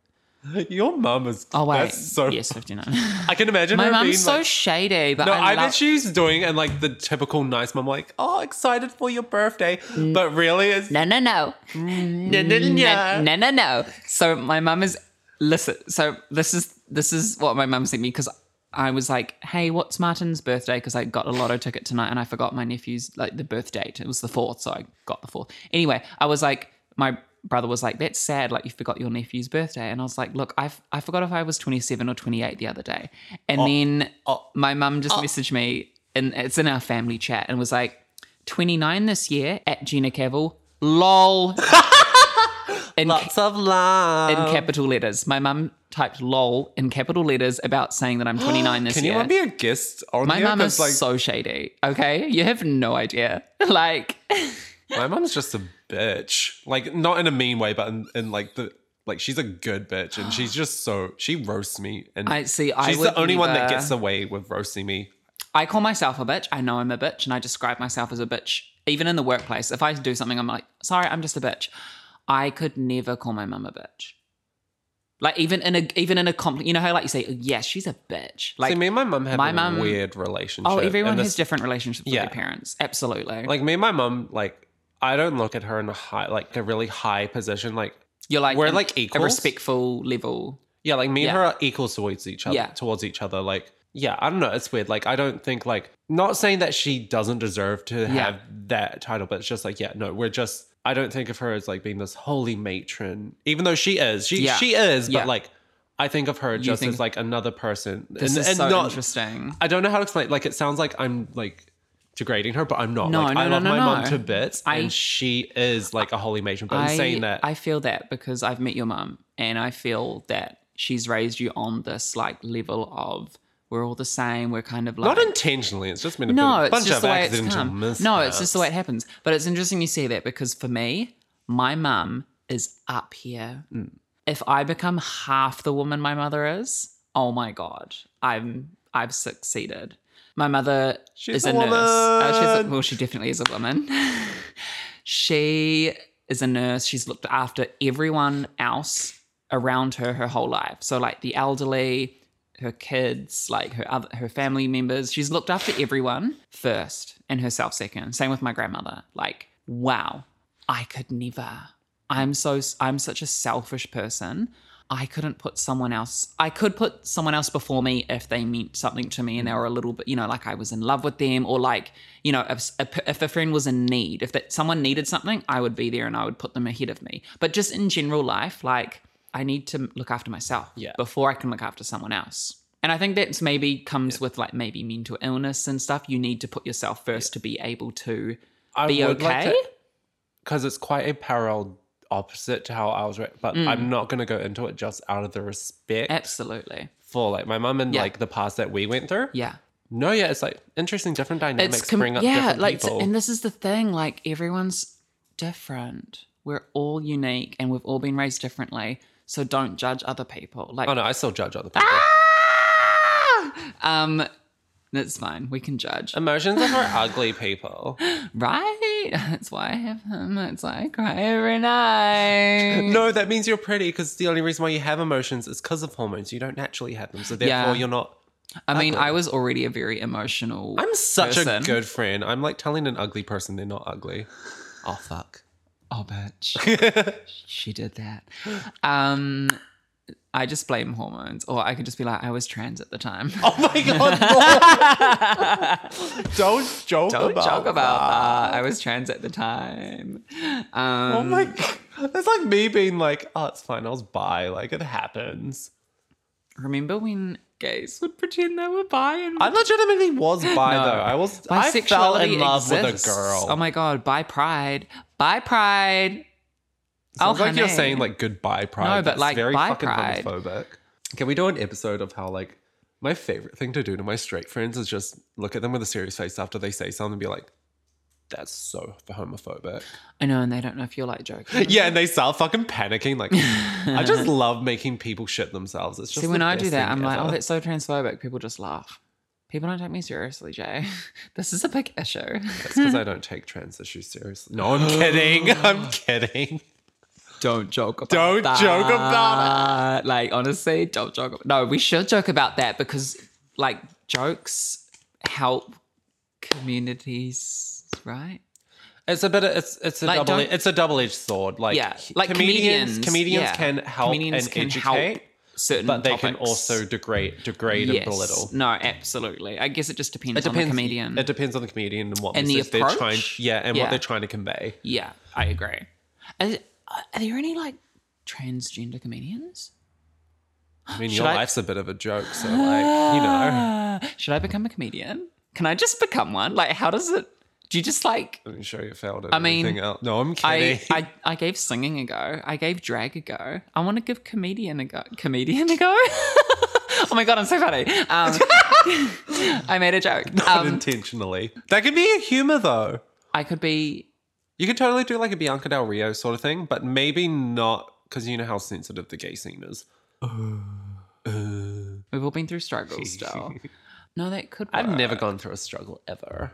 [SPEAKER 4] Your mum is.
[SPEAKER 2] Oh wait,
[SPEAKER 4] That's so.
[SPEAKER 2] yes, fifty nine.
[SPEAKER 4] I can imagine
[SPEAKER 2] My
[SPEAKER 4] her being
[SPEAKER 2] mum's so
[SPEAKER 4] like,
[SPEAKER 2] shady, but
[SPEAKER 4] no,
[SPEAKER 2] I,
[SPEAKER 4] I,
[SPEAKER 2] love-
[SPEAKER 4] bet she's doing, and like the typical nice mum, like, oh, excited for your birthday,
[SPEAKER 2] Mm.
[SPEAKER 4] but really, it's
[SPEAKER 3] No, no, no.
[SPEAKER 2] no, no, no, no. So my mum is listen. So this is this is what my mum sent me because I was like, "Hey, what's Martin's birthday?" Because I got a lotto ticket tonight and I forgot my nephew's like the birth date. It was the fourth, so I got the fourth. Anyway, I was like, my brother was like, "That's sad. Like you forgot your nephew's birthday." And I was like, "Look, I f- I forgot if I was twenty seven or twenty eight the other day." And then my mum just messaged me, and it's in our family chat, and was like. 29 this year at Gina Cavill. LOL. in,
[SPEAKER 4] lots of love.
[SPEAKER 2] in capital letters. My mum typed lol in capital letters about saying that I'm 29 this
[SPEAKER 4] Can
[SPEAKER 2] year.
[SPEAKER 4] you want be a guest on
[SPEAKER 2] my
[SPEAKER 4] here?
[SPEAKER 2] mum
[SPEAKER 4] 'Cause,
[SPEAKER 2] is
[SPEAKER 4] like,
[SPEAKER 2] so shady. Okay. You have no idea. Like,
[SPEAKER 4] My mom's just a bitch. Like not in a mean way, but in, in like the like she's a good bitch, and she's just so she roasts me, and
[SPEAKER 2] I see. I
[SPEAKER 4] she's
[SPEAKER 2] would
[SPEAKER 4] the only one that
[SPEAKER 2] never-
[SPEAKER 4] gets away with roasting me.
[SPEAKER 2] I call myself a bitch. I know I'm a bitch, and I describe myself as a bitch, even in the workplace. If I do something, I'm like, sorry, I'm just a bitch. I could never call my mum a bitch. Like even in a even in a compliment, you know how like you say, oh, yeah, she's a bitch. Like
[SPEAKER 4] See, me and my mum have
[SPEAKER 2] my
[SPEAKER 4] a
[SPEAKER 2] mum-
[SPEAKER 4] weird relationship.
[SPEAKER 2] oh, everyone
[SPEAKER 4] and
[SPEAKER 2] has
[SPEAKER 4] this-
[SPEAKER 2] different relationships with
[SPEAKER 4] Yeah.
[SPEAKER 2] their parents. Absolutely.
[SPEAKER 4] Like me and my mum, like I don't look at her in a high, like a really high position. Like
[SPEAKER 2] You're like
[SPEAKER 4] we're
[SPEAKER 2] an-
[SPEAKER 4] like
[SPEAKER 2] a
[SPEAKER 4] equals.
[SPEAKER 2] respectful level.
[SPEAKER 4] yeah, like me and
[SPEAKER 2] Yeah.
[SPEAKER 4] her are equals towards each other.
[SPEAKER 2] Yeah.
[SPEAKER 4] Towards each other, like yeah, I don't know. It's weird. Like I don't think like not saying that she doesn't deserve to have that title, but it's just like yeah, no, we're just. I don't think of her as like being this holy matron, even though she is. She
[SPEAKER 2] Yeah.
[SPEAKER 4] she is, but
[SPEAKER 2] Yeah.
[SPEAKER 4] like I think of her just
[SPEAKER 2] think-
[SPEAKER 4] as like another person.
[SPEAKER 2] This
[SPEAKER 4] and,
[SPEAKER 2] is
[SPEAKER 4] and
[SPEAKER 2] so
[SPEAKER 4] not,
[SPEAKER 2] interesting.
[SPEAKER 4] I don't know how to explain. Like it sounds like I'm like degrading her, but I'm not.
[SPEAKER 2] No,
[SPEAKER 4] like,
[SPEAKER 2] no,
[SPEAKER 4] I
[SPEAKER 2] no,
[SPEAKER 4] love
[SPEAKER 2] no,
[SPEAKER 4] my
[SPEAKER 2] no.
[SPEAKER 4] mum to bits,
[SPEAKER 2] I-
[SPEAKER 4] and she is like a holy matron. But
[SPEAKER 2] I-
[SPEAKER 4] in saying that,
[SPEAKER 2] I feel that because I've met your mum and I feel that she's raised you on this like level of we're all the same. We're kind of like
[SPEAKER 4] not intentionally, it's just been a
[SPEAKER 2] no,
[SPEAKER 4] bit-
[SPEAKER 2] it's
[SPEAKER 4] bunch
[SPEAKER 2] just
[SPEAKER 4] of
[SPEAKER 2] the way it's
[SPEAKER 4] accidental
[SPEAKER 2] come.
[SPEAKER 4] mishaps.
[SPEAKER 2] No, it's just the way it happens. But it's interesting you say that because for me, my mum is up here.
[SPEAKER 4] Mm.
[SPEAKER 2] If I become half the woman my mother is, oh my god, I'm I've succeeded. My mother
[SPEAKER 4] She's
[SPEAKER 2] is
[SPEAKER 4] a
[SPEAKER 2] a, nurse. Uh, she's a,
[SPEAKER 4] woman.
[SPEAKER 2] well, she definitely is a woman. she is a nurse. She's looked after everyone else around her her whole life. So like the elderly, her kids, like her other, her family members. She's looked after everyone first and herself second. Same with my grandmother. Like, wow, I could never. I'm so I'm such a selfish person. I couldn't put someone else. I could put someone else before me if they meant something to me and they were a little bit, you know, like I was in love with them or like, you know, if a, if a friend was in need, if that someone needed something, I would be there and I would put them ahead of me. But just in general life, like I need to look after myself
[SPEAKER 4] Yeah.
[SPEAKER 2] before I can look after someone else. And I think that's maybe comes with like maybe mental illness and stuff. You need to put yourself first to be able to
[SPEAKER 4] I
[SPEAKER 2] be
[SPEAKER 4] would like
[SPEAKER 2] okay.
[SPEAKER 4] to- because it's quite a parallel opposite to how I was. Ra- but
[SPEAKER 2] Mm.
[SPEAKER 4] I'm not going to go into it just out of the respect
[SPEAKER 2] Absolutely.
[SPEAKER 4] for like my mum and
[SPEAKER 2] Eh. Yeah.
[SPEAKER 4] like the past that we went through.
[SPEAKER 2] Yeah.
[SPEAKER 4] No, yeah, it's like interesting, different dynamics
[SPEAKER 2] It's com-
[SPEAKER 4] bring up
[SPEAKER 2] yeah,
[SPEAKER 4] different
[SPEAKER 2] like
[SPEAKER 4] people.
[SPEAKER 2] and this is the thing, like everyone's different. We're all unique and we've all been raised differently. So don't judge other people. Like
[SPEAKER 4] oh no, I still judge other
[SPEAKER 2] Ah!
[SPEAKER 4] people.
[SPEAKER 2] um that's fine. We can judge.
[SPEAKER 4] Emotions are for ugly people.
[SPEAKER 2] Right? That's why I have him. It's like I cry every night.
[SPEAKER 4] No, that means you're pretty because the only reason why you have emotions is because of hormones. You don't naturally have them, so
[SPEAKER 2] Yeah.
[SPEAKER 4] therefore you're not.
[SPEAKER 2] I mean, I was already a very emotional.
[SPEAKER 4] I'm such
[SPEAKER 2] person.
[SPEAKER 4] a good friend. I'm like telling an ugly person they're not ugly. Oh fuck.
[SPEAKER 2] Oh, bitch. she did that. Um, I just blame hormones, or I could just be like, I was trans at the time.
[SPEAKER 4] Oh my god. no. don't joke
[SPEAKER 2] Don't
[SPEAKER 4] about.
[SPEAKER 2] joke about that. I was trans at the time. Um,
[SPEAKER 4] Oh my. God. That's like me being like, oh, it's fine. I was bi. Like it happens.
[SPEAKER 2] Remember when gays would pretend they were bi and
[SPEAKER 4] I legitimately was bi
[SPEAKER 2] No.
[SPEAKER 4] though. I was. I
[SPEAKER 2] bisexuality
[SPEAKER 4] fell in love
[SPEAKER 2] exists.
[SPEAKER 4] with a girl.
[SPEAKER 2] Oh my god, bi pride, bi pride.
[SPEAKER 4] Sounds
[SPEAKER 2] oh,
[SPEAKER 4] like you're
[SPEAKER 2] honey.
[SPEAKER 4] saying like goodbye pride.
[SPEAKER 2] No, but,
[SPEAKER 4] That's
[SPEAKER 2] like,
[SPEAKER 4] very
[SPEAKER 2] bye
[SPEAKER 4] fucking
[SPEAKER 2] pride.
[SPEAKER 4] homophobic. Can we do an episode of how like my favorite thing to do to my straight friends is just look at them with a serious face after they say something and be like, "That's so homophobic."
[SPEAKER 2] I know, and they don't know if you're like joking.
[SPEAKER 4] yeah, and they start fucking panicking. Like, I just love making people shit themselves. It's just
[SPEAKER 2] See, when
[SPEAKER 4] the
[SPEAKER 2] I do
[SPEAKER 4] best
[SPEAKER 2] that,
[SPEAKER 4] thing
[SPEAKER 2] I'm like, oh,
[SPEAKER 4] ever.
[SPEAKER 2] that's so transphobic. People just laugh. People don't take me seriously, Jay. This is a big issue.
[SPEAKER 4] That's because I don't take trans issues seriously. No, I'm kidding. I'm kidding.
[SPEAKER 2] Don't joke about
[SPEAKER 4] Don't joke about
[SPEAKER 2] it. Like, honestly, don't joke. ab- No, we should joke about that because, like, jokes help communities, right?
[SPEAKER 4] It's a bit. Of, it's it's a
[SPEAKER 2] Like,
[SPEAKER 4] double.
[SPEAKER 2] don't-
[SPEAKER 4] It's a double edged sword. Like
[SPEAKER 2] Yeah, like comedians.
[SPEAKER 4] Comedians
[SPEAKER 2] yeah.
[SPEAKER 4] can help
[SPEAKER 2] Comedians
[SPEAKER 4] and
[SPEAKER 2] can help
[SPEAKER 4] educate.
[SPEAKER 2] certain,
[SPEAKER 4] but they can
[SPEAKER 2] topics.
[SPEAKER 4] also degrade, degrade
[SPEAKER 2] yes.
[SPEAKER 4] and belittle.
[SPEAKER 2] No, absolutely. I guess it just depends,
[SPEAKER 4] It depends.
[SPEAKER 2] on the comedian.
[SPEAKER 4] It depends on the comedian and what
[SPEAKER 2] And the
[SPEAKER 4] message they're
[SPEAKER 2] approach?
[SPEAKER 4] trying. Yeah, and
[SPEAKER 2] Yeah.
[SPEAKER 4] what they're trying to convey.
[SPEAKER 2] Yeah, I agree. Are, are there any like transgender comedians?
[SPEAKER 4] I mean,
[SPEAKER 2] Should
[SPEAKER 4] your
[SPEAKER 2] I-
[SPEAKER 4] life's a bit of a joke, so like you know.
[SPEAKER 2] Uh, should I become a comedian? Can I just become one? Like, how does it? Do you just like?
[SPEAKER 4] I'm sure you failed at
[SPEAKER 2] I mean,
[SPEAKER 4] everything else. No, I'm kidding.
[SPEAKER 2] I, I I gave singing a go. I gave drag a go. I want to give comedian a go. Comedian a go. oh my god, I'm so funny. Um, I made a joke. Um,
[SPEAKER 4] Unintentionally, that could be a humor though.
[SPEAKER 2] I could be.
[SPEAKER 4] You could totally do like a Bianca Del Rio sort of thing, but maybe not because you know how sensitive the gay scene is.
[SPEAKER 2] We've all been through struggles, still. No, that could.
[SPEAKER 4] I've
[SPEAKER 2] work.
[SPEAKER 4] never gone through a struggle ever.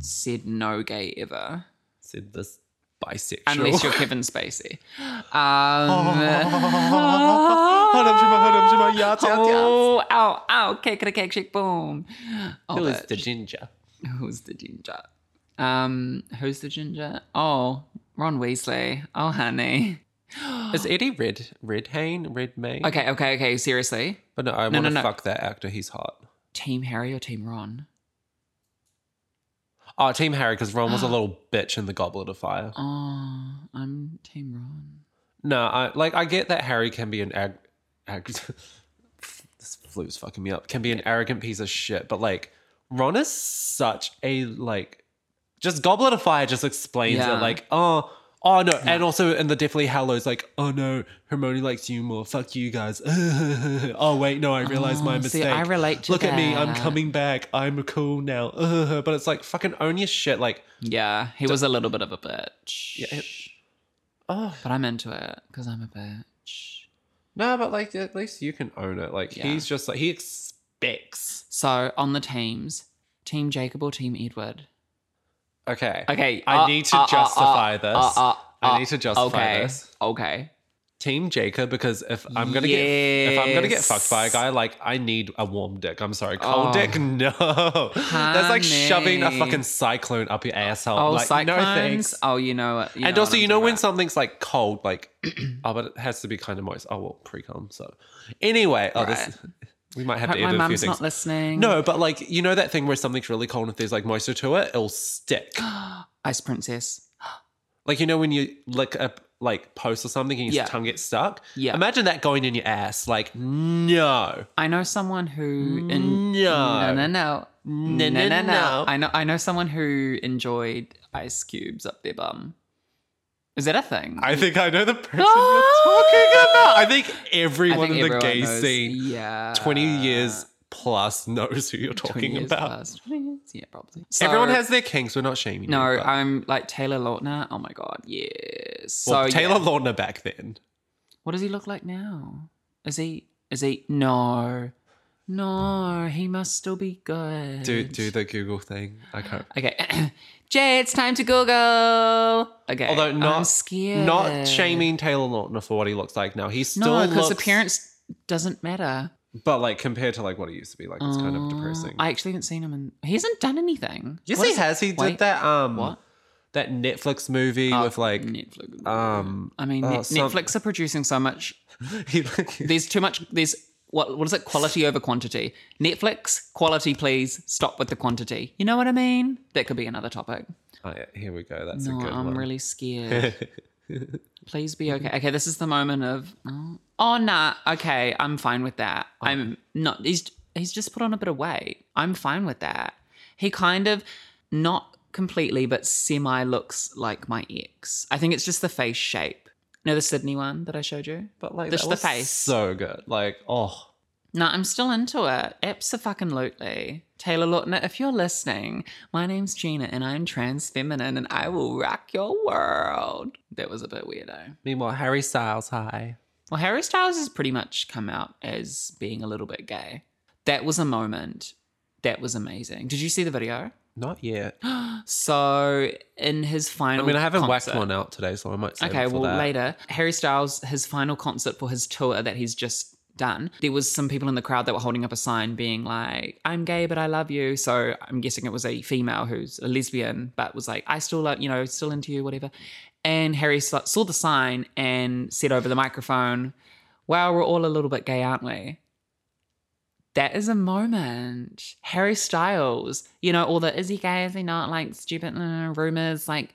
[SPEAKER 2] said no gay ever,
[SPEAKER 4] Said this bisexual.
[SPEAKER 2] unless you're Kevin Spacey. Um, oh, ow, ow, cake and a cake shake, boom. Oh,
[SPEAKER 4] Who is
[SPEAKER 2] that-
[SPEAKER 4] the ginger?
[SPEAKER 2] who's the ginger? Um, who's the ginger? Oh, Ron Weasley. Oh, honey.
[SPEAKER 4] Is Eddie Red Red Hane? Red May?
[SPEAKER 2] Okay, okay, okay. Seriously,
[SPEAKER 4] But no, I
[SPEAKER 2] No, no,
[SPEAKER 4] want to
[SPEAKER 2] no.
[SPEAKER 4] fuck that actor. He's hot.
[SPEAKER 2] Team Harry or Team Ron?
[SPEAKER 4] Oh, Team Harry, because Ron was a little bitch in the Goblet of Fire.
[SPEAKER 2] Oh, I'm Team Ron.
[SPEAKER 4] No, I like I get that Harry can be an ag- ag- this flu's fucking me up. Can be an arrogant piece of shit, but like Ron is such a like just Goblet of Fire just explains
[SPEAKER 2] Yeah.
[SPEAKER 4] it like oh oh no, and also in the Deathly Hallows like oh no, Hermione likes you more. Fuck you guys. oh wait, no, I realized my
[SPEAKER 2] Oh, see,
[SPEAKER 4] mistake.
[SPEAKER 2] I relate to
[SPEAKER 4] Look at me, I'm
[SPEAKER 2] that.
[SPEAKER 4] coming back. I'm cool now. but it's like fucking own your shit. Like
[SPEAKER 2] Yeah, he was a little bit of a bitch.
[SPEAKER 4] Yeah, it- oh
[SPEAKER 2] but I'm into it because I'm a bitch.
[SPEAKER 4] No, but like at least you can own it. Like
[SPEAKER 2] Yeah.
[SPEAKER 4] he's just like he expects.
[SPEAKER 2] So on the teams, Team Jacob or Team Edward?
[SPEAKER 4] Okay.
[SPEAKER 2] Okay,
[SPEAKER 4] I
[SPEAKER 2] uh,
[SPEAKER 4] need to
[SPEAKER 2] uh, uh,
[SPEAKER 4] justify
[SPEAKER 2] uh,
[SPEAKER 4] this.
[SPEAKER 2] uh, uh,
[SPEAKER 4] I
[SPEAKER 2] uh,
[SPEAKER 4] need to justify
[SPEAKER 2] okay,
[SPEAKER 4] this.
[SPEAKER 2] Okay.
[SPEAKER 4] Team Jacob because if I'm gonna get if I'm gonna get
[SPEAKER 2] Yes.
[SPEAKER 4] fucked by a guy, like I need a warm dick. I'm sorry, cold
[SPEAKER 2] Oh.
[SPEAKER 4] dick. No, that's like shoving a
[SPEAKER 2] Honey.
[SPEAKER 4] fucking cyclone up your asshole.
[SPEAKER 2] Oh,
[SPEAKER 4] like
[SPEAKER 2] cyclones.
[SPEAKER 4] no thanks.
[SPEAKER 2] Oh, you know it.
[SPEAKER 4] and also, you know when
[SPEAKER 2] some
[SPEAKER 4] something's like cold, like oh, but it has to be kind of moist. Oh well, pre cum. So anyway, oh, this, we might have
[SPEAKER 2] hope
[SPEAKER 4] to
[SPEAKER 2] my
[SPEAKER 4] edit a few
[SPEAKER 2] mum's
[SPEAKER 4] things.
[SPEAKER 2] not listening.
[SPEAKER 4] No, but like you know that thing where something's really cold and if there's like moisture to it, it'll stick.
[SPEAKER 2] Ice Princess.
[SPEAKER 4] like you know when you lick a like post or something and your
[SPEAKER 2] Yeah.
[SPEAKER 4] tongue gets stuck.
[SPEAKER 2] Yeah.
[SPEAKER 4] Imagine that going in your ass. Like no,
[SPEAKER 2] I know someone who in no
[SPEAKER 4] No.
[SPEAKER 2] no no
[SPEAKER 4] No, no, no.
[SPEAKER 2] I know I know someone who enjoyed ice cubes up their bum. Is that a thing?
[SPEAKER 4] I think I know the person you're talking about. I think
[SPEAKER 2] Ah! I
[SPEAKER 4] everyone
[SPEAKER 2] think
[SPEAKER 4] in the
[SPEAKER 2] everyone
[SPEAKER 4] gay
[SPEAKER 2] knows-
[SPEAKER 4] scene,
[SPEAKER 2] Yeah.
[SPEAKER 4] twenty years plus, knows who you're
[SPEAKER 2] 20
[SPEAKER 4] talking
[SPEAKER 2] years
[SPEAKER 4] about.
[SPEAKER 2] plus, 20 years, yeah, probably.
[SPEAKER 4] everyone
[SPEAKER 2] So-
[SPEAKER 4] has their kinks. We're not shaming.
[SPEAKER 2] No,
[SPEAKER 4] you, but-
[SPEAKER 2] I'm like Taylor Lautner. Oh my god, yes.
[SPEAKER 4] well,
[SPEAKER 2] so
[SPEAKER 4] Taylor
[SPEAKER 2] yeah.
[SPEAKER 4] Lautner back then.
[SPEAKER 2] What does he look like now? Is he? Is he? No, no. He must still be good.
[SPEAKER 4] Do do the Google thing. I can't.
[SPEAKER 2] Okay, Jay, it's time to Google. Okay,
[SPEAKER 4] Although not
[SPEAKER 2] I'm scared.
[SPEAKER 4] not shaming Taylor Lautner for what he looks like now. He still
[SPEAKER 2] No, because
[SPEAKER 4] looks,
[SPEAKER 2] appearance doesn't matter.
[SPEAKER 4] but like compared to like what he used to be, like it's kind of depressing.
[SPEAKER 2] I actually haven't seen him, in he hasn't done anything.
[SPEAKER 4] yes,
[SPEAKER 2] What
[SPEAKER 4] he
[SPEAKER 2] is it?
[SPEAKER 4] has. He did
[SPEAKER 2] Wait,
[SPEAKER 4] that um
[SPEAKER 2] What?
[SPEAKER 4] that Netflix movie with like
[SPEAKER 2] Oh, Netflix.
[SPEAKER 4] um
[SPEAKER 2] I mean,
[SPEAKER 4] oh,
[SPEAKER 2] Net-
[SPEAKER 4] some-
[SPEAKER 2] Netflix are producing so much
[SPEAKER 4] he, like,
[SPEAKER 2] there's too much there's what what is it quality over quantity netflix quality please stop with the quantity you know what i mean that could be another topic
[SPEAKER 4] oh, yeah, here we go. That's
[SPEAKER 2] no
[SPEAKER 4] a good
[SPEAKER 2] i'm
[SPEAKER 4] one.
[SPEAKER 2] really scared please be okay okay this is the moment of oh, oh nah okay i'm fine with that
[SPEAKER 4] Oh.
[SPEAKER 2] i'm not he's he's just put on a bit of weight i'm fine with that he kind of not completely but semi looks like my ex i think it's just the face shape no the sydney one that i showed you
[SPEAKER 4] but like
[SPEAKER 2] Just
[SPEAKER 4] that
[SPEAKER 2] the
[SPEAKER 4] was
[SPEAKER 2] face.
[SPEAKER 4] so good. Like oh
[SPEAKER 2] No, I'm still into it. Absolutely. Taylor Lautner, if you're listening, my name's Gina and I'm trans feminine and I will rock your world. That was a bit weirdo.
[SPEAKER 4] meanwhile Harry Styles hi.
[SPEAKER 2] Well, Harry Styles has pretty much come out as being a little bit gay. That was a moment. That was amazing. Did you see the video?
[SPEAKER 4] Not yet.
[SPEAKER 2] So in his
[SPEAKER 4] I
[SPEAKER 2] final
[SPEAKER 4] mean I haven't
[SPEAKER 2] concert,
[SPEAKER 4] whacked one out today, so I might save
[SPEAKER 2] Okay,
[SPEAKER 4] it for
[SPEAKER 2] well
[SPEAKER 4] that.
[SPEAKER 2] later, Harry Styles, his final concert for his tour that he's just done, there was some people in the crowd that were holding up a sign being like, "I'm gay, but I love you." So I'm guessing it was a female who's a lesbian, but was like, "I still love, you know, still into you, whatever." And Harry saw saw the sign and said over the microphone, "Wow, we're all a little bit gay, aren't we?" That is a moment. Harry Styles, you know, all the is he gay, is he not, like stupid uh, rumors, like,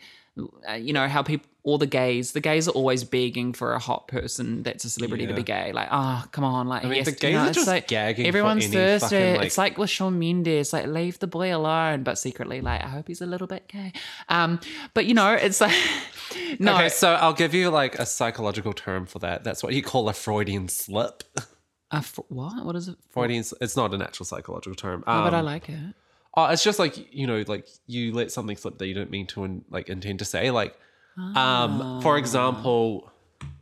[SPEAKER 2] uh, you know, how people, all the gays, the gays are always begging for a hot person that's a celebrity to
[SPEAKER 4] Yeah.
[SPEAKER 2] be gay. Like, oh, come on. Like,
[SPEAKER 4] I mean
[SPEAKER 2] yes,
[SPEAKER 4] the
[SPEAKER 2] you
[SPEAKER 4] gays
[SPEAKER 2] know,
[SPEAKER 4] are
[SPEAKER 2] it's
[SPEAKER 4] just
[SPEAKER 2] like,
[SPEAKER 4] gagging. for
[SPEAKER 2] Everyone's
[SPEAKER 4] any
[SPEAKER 2] thirsty.
[SPEAKER 4] fucking, like,
[SPEAKER 2] it's like with Sean Mendes, like leave the boy alone, but secretly, like I hope he's a little bit gay. Um, but you know, it's like no,
[SPEAKER 4] Okay, so I'll give you like a psychological term for that. That's what you call a Freudian slip.
[SPEAKER 2] a uh, f- what? What is it?
[SPEAKER 4] Freudian, s- it's not an actual psychological term.
[SPEAKER 2] Oh, but I
[SPEAKER 4] Um,
[SPEAKER 2] like it.
[SPEAKER 4] oh, it's just like you know, like you let something slip that you don't mean to and like intend to say. Like, um,
[SPEAKER 2] Ah.
[SPEAKER 4] for example,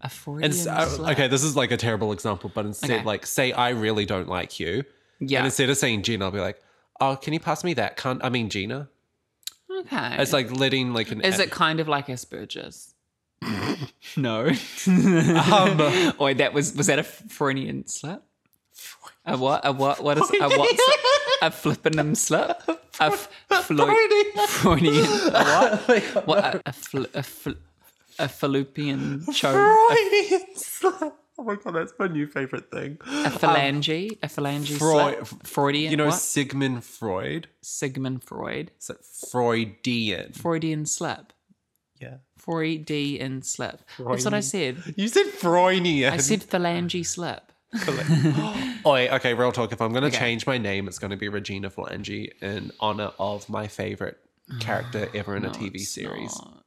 [SPEAKER 2] A Freudian
[SPEAKER 4] and s- uh,
[SPEAKER 2] slip.
[SPEAKER 4] okay, this is like a terrible example, but instead,
[SPEAKER 2] Okay.
[SPEAKER 4] like, say I really don't like you,
[SPEAKER 2] yeah,
[SPEAKER 4] and instead of saying Gina, I'll be like, oh, can you pass me that cunt? I mean, Gina.
[SPEAKER 2] Okay.
[SPEAKER 4] It's like letting like an.
[SPEAKER 2] Is
[SPEAKER 4] ad-
[SPEAKER 2] it kind of like Asperger's? no.
[SPEAKER 4] Um,
[SPEAKER 2] Oi, that was was that a Freudian slip? A what? A what? What is a what? A flippenim slip? A f- Floyd, Freudian. A what? what? A, a, fl- a, fl- a fallopian choke?
[SPEAKER 4] Freudian slip. Oh my god, that's my new favorite thing.
[SPEAKER 2] A phalange? A phalange
[SPEAKER 4] Freud-
[SPEAKER 2] slip? Freudian?
[SPEAKER 4] You know
[SPEAKER 2] what?
[SPEAKER 4] Sigmund Freud.
[SPEAKER 2] Sigmund Freud.
[SPEAKER 4] It's like Freudian.
[SPEAKER 2] Freudian slip.
[SPEAKER 4] Yeah.
[SPEAKER 2] Freudian slip. That's what I said.
[SPEAKER 4] You said Freudian.
[SPEAKER 2] I said phalange slip.
[SPEAKER 4] Oi, okay, real talk. If I'm going to change my name, it's going to be Regina Falange in honor of my favorite character ever in a TV series.
[SPEAKER 2] Not.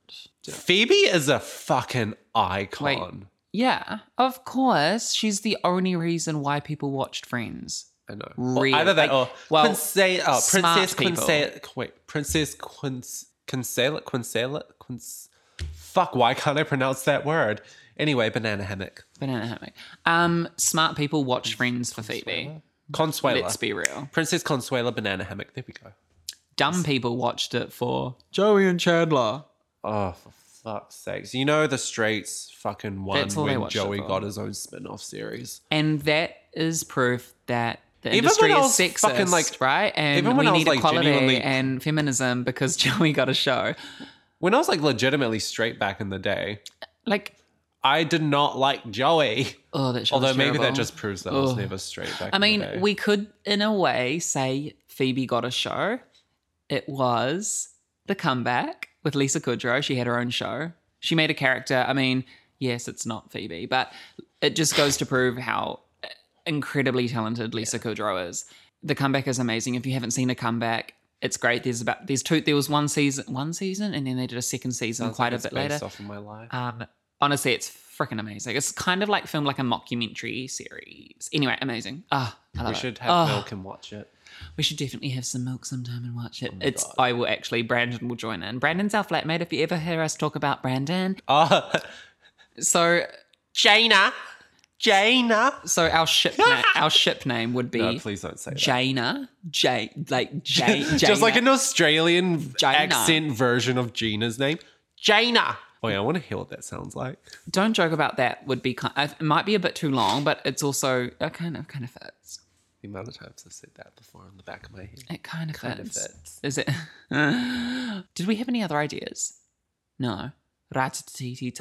[SPEAKER 4] Phoebe is a fucking
[SPEAKER 2] Wait.
[SPEAKER 4] icon.
[SPEAKER 2] Yeah, of course. She's the only reason why people watched Friends.
[SPEAKER 4] I know. Or
[SPEAKER 2] Real-
[SPEAKER 4] Either that
[SPEAKER 2] like,
[SPEAKER 4] or
[SPEAKER 2] well,
[SPEAKER 4] Quince- oh,
[SPEAKER 2] smart
[SPEAKER 4] Princess
[SPEAKER 2] people.
[SPEAKER 4] Quince. Wait, Princess Quince. Quincela, Quincela, Quince. Fuck, why can't I pronounce that word? Anyway, banana hammock.
[SPEAKER 2] Banana hammock. Um, smart people watch Friends for Phoebe.
[SPEAKER 4] Consuela.
[SPEAKER 2] Let's be real.
[SPEAKER 4] Princess Consuela, banana hammock. There we go.
[SPEAKER 2] Dumb people watched it for Joey and Chandler.
[SPEAKER 4] Oh, for fuck's sakes. You know the Straits fucking won
[SPEAKER 2] That's all they
[SPEAKER 4] when
[SPEAKER 2] watched it
[SPEAKER 4] Joey
[SPEAKER 2] for.
[SPEAKER 4] got his own spin off series.
[SPEAKER 2] And that is proof that the
[SPEAKER 4] Even
[SPEAKER 2] industry
[SPEAKER 4] when I
[SPEAKER 2] is
[SPEAKER 4] was
[SPEAKER 2] sexist,
[SPEAKER 4] fucking, like-
[SPEAKER 2] right? And
[SPEAKER 4] even when
[SPEAKER 2] we
[SPEAKER 4] I was,
[SPEAKER 2] need
[SPEAKER 4] like,
[SPEAKER 2] equality
[SPEAKER 4] genuinely-
[SPEAKER 2] and feminism because Joey got a show.
[SPEAKER 4] When I was like legitimately straight back in the day,
[SPEAKER 2] Like,
[SPEAKER 4] I did not like Joey.
[SPEAKER 2] oh, that show was
[SPEAKER 4] Although maybe that
[SPEAKER 2] terrible.
[SPEAKER 4] just proves that I was
[SPEAKER 2] Ugh.
[SPEAKER 4] never straight back
[SPEAKER 2] I
[SPEAKER 4] in the day.
[SPEAKER 2] mean, we could, in a way, say Phoebe got a show. It was The Comeback with Lisa Kudrow. She had her own show. She made a character. I mean, yes, it's not Phoebe, but it just goes to prove how incredibly talented Lisa Kudrow is. The Comeback is amazing. If you haven't seen A Comeback, it's great. There's about there's two. There was one season, one season, and then they did a second season
[SPEAKER 4] Sounds like
[SPEAKER 2] quite
[SPEAKER 4] it's
[SPEAKER 2] a bit
[SPEAKER 4] based
[SPEAKER 2] later.
[SPEAKER 4] off of my life.
[SPEAKER 2] Um, honestly, it's freaking amazing. It's kind of like filmed like a mockumentary series. Anyway, amazing. Ah, I love
[SPEAKER 4] we
[SPEAKER 2] it.
[SPEAKER 4] should have
[SPEAKER 2] Ah,
[SPEAKER 4] milk and watch it.
[SPEAKER 2] We should definitely have some milk sometime and watch
[SPEAKER 4] Oh
[SPEAKER 2] it. it's. I will actually. Brandon will join in. Brandon's our flatmate. If you ever hear us talk about Brandon,
[SPEAKER 4] Oh,
[SPEAKER 2] so
[SPEAKER 3] Jaina.
[SPEAKER 4] Jaina.
[SPEAKER 2] so our ship na- our ship name would be
[SPEAKER 4] No, please don't say that.
[SPEAKER 2] Jaina. J like J.
[SPEAKER 4] Just like
[SPEAKER 2] Jaina.
[SPEAKER 4] an Australian
[SPEAKER 2] Jaina.
[SPEAKER 4] accent version of Gina's name.
[SPEAKER 3] Jaina.
[SPEAKER 4] Oh yeah, I want to hear what that sounds like.
[SPEAKER 2] Don't joke about that. Would be kind. It might be a bit too long, but it's also it kind of kind of fits.
[SPEAKER 4] The amount of times I've said that before on the back of my head.
[SPEAKER 2] It kind of
[SPEAKER 4] Kind of
[SPEAKER 2] fits.
[SPEAKER 4] fits.
[SPEAKER 2] Is it? Did we have any other ideas? No. Ratatiti.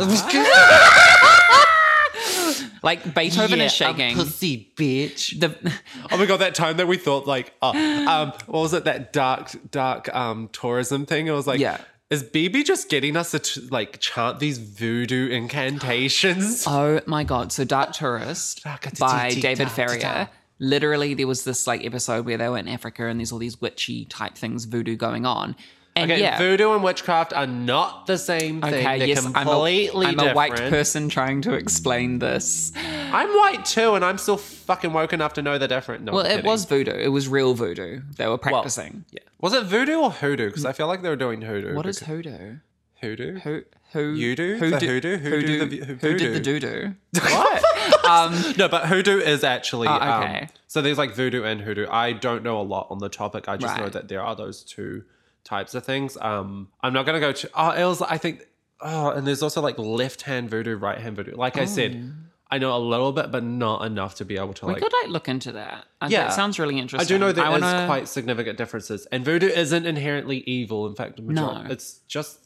[SPEAKER 2] like Beethoven is
[SPEAKER 4] um,
[SPEAKER 2] shaking.
[SPEAKER 3] um, pussy bitch.
[SPEAKER 2] The
[SPEAKER 4] Oh my god, that time that we thought like, oh, um, what was it? That dark, dark um tourism thing. It was like,
[SPEAKER 2] Yeah.
[SPEAKER 4] is BB just getting us to t- like chant these voodoo incantations?
[SPEAKER 2] oh my god! So Dark Tourist by David Ferrier. Literally, there was this like episode where they were in Africa and there's all these witchy type things, voodoo going on. And
[SPEAKER 4] Okay,
[SPEAKER 2] yeah,
[SPEAKER 4] voodoo and witchcraft are not the same thing.
[SPEAKER 2] okay,
[SPEAKER 4] They're
[SPEAKER 2] yes, I'm a,
[SPEAKER 4] completely
[SPEAKER 2] I'm a white
[SPEAKER 4] different.
[SPEAKER 2] person trying to explain this.
[SPEAKER 4] I'm white too, and I'm still fucking woke enough to know they're different. No,
[SPEAKER 2] Well,
[SPEAKER 4] I'm
[SPEAKER 2] it
[SPEAKER 4] kidding.
[SPEAKER 2] was voodoo. It was real voodoo. They were practicing.
[SPEAKER 4] Yeah. Was it voodoo or hoodoo? Because I feel like they were doing hoodoo.
[SPEAKER 2] what is
[SPEAKER 4] because-
[SPEAKER 2] hoodoo?
[SPEAKER 4] hoodoo?
[SPEAKER 2] Who who
[SPEAKER 4] You do?
[SPEAKER 2] who
[SPEAKER 4] The
[SPEAKER 2] do-
[SPEAKER 4] hoodoo? Who do the v-
[SPEAKER 2] who,
[SPEAKER 4] who
[SPEAKER 2] did the doo
[SPEAKER 4] voodoo?
[SPEAKER 2] doo? What? um,
[SPEAKER 4] No, but hoodoo is actually
[SPEAKER 2] Oh,
[SPEAKER 4] um,
[SPEAKER 2] okay.
[SPEAKER 4] so there's like voodoo and hoodoo. I don't know a lot on the topic. I just know
[SPEAKER 2] Right.
[SPEAKER 4] that there are those two types of things. Um, I'm not gonna go to. Oh, it was. I think. Oh, and there's also like left hand voodoo, right hand voodoo. Like I said, I know a little bit, but not enough to be able to
[SPEAKER 2] Hmm. we
[SPEAKER 4] like.
[SPEAKER 2] could like look into that. Uh,
[SPEAKER 4] Yeah.
[SPEAKER 2] that sounds really
[SPEAKER 4] I
[SPEAKER 2] interesting.
[SPEAKER 4] do know there is
[SPEAKER 2] wanna-
[SPEAKER 4] quite significant differences, and voodoo isn't inherently evil. In fact, the majority,
[SPEAKER 2] No.
[SPEAKER 4] it's just.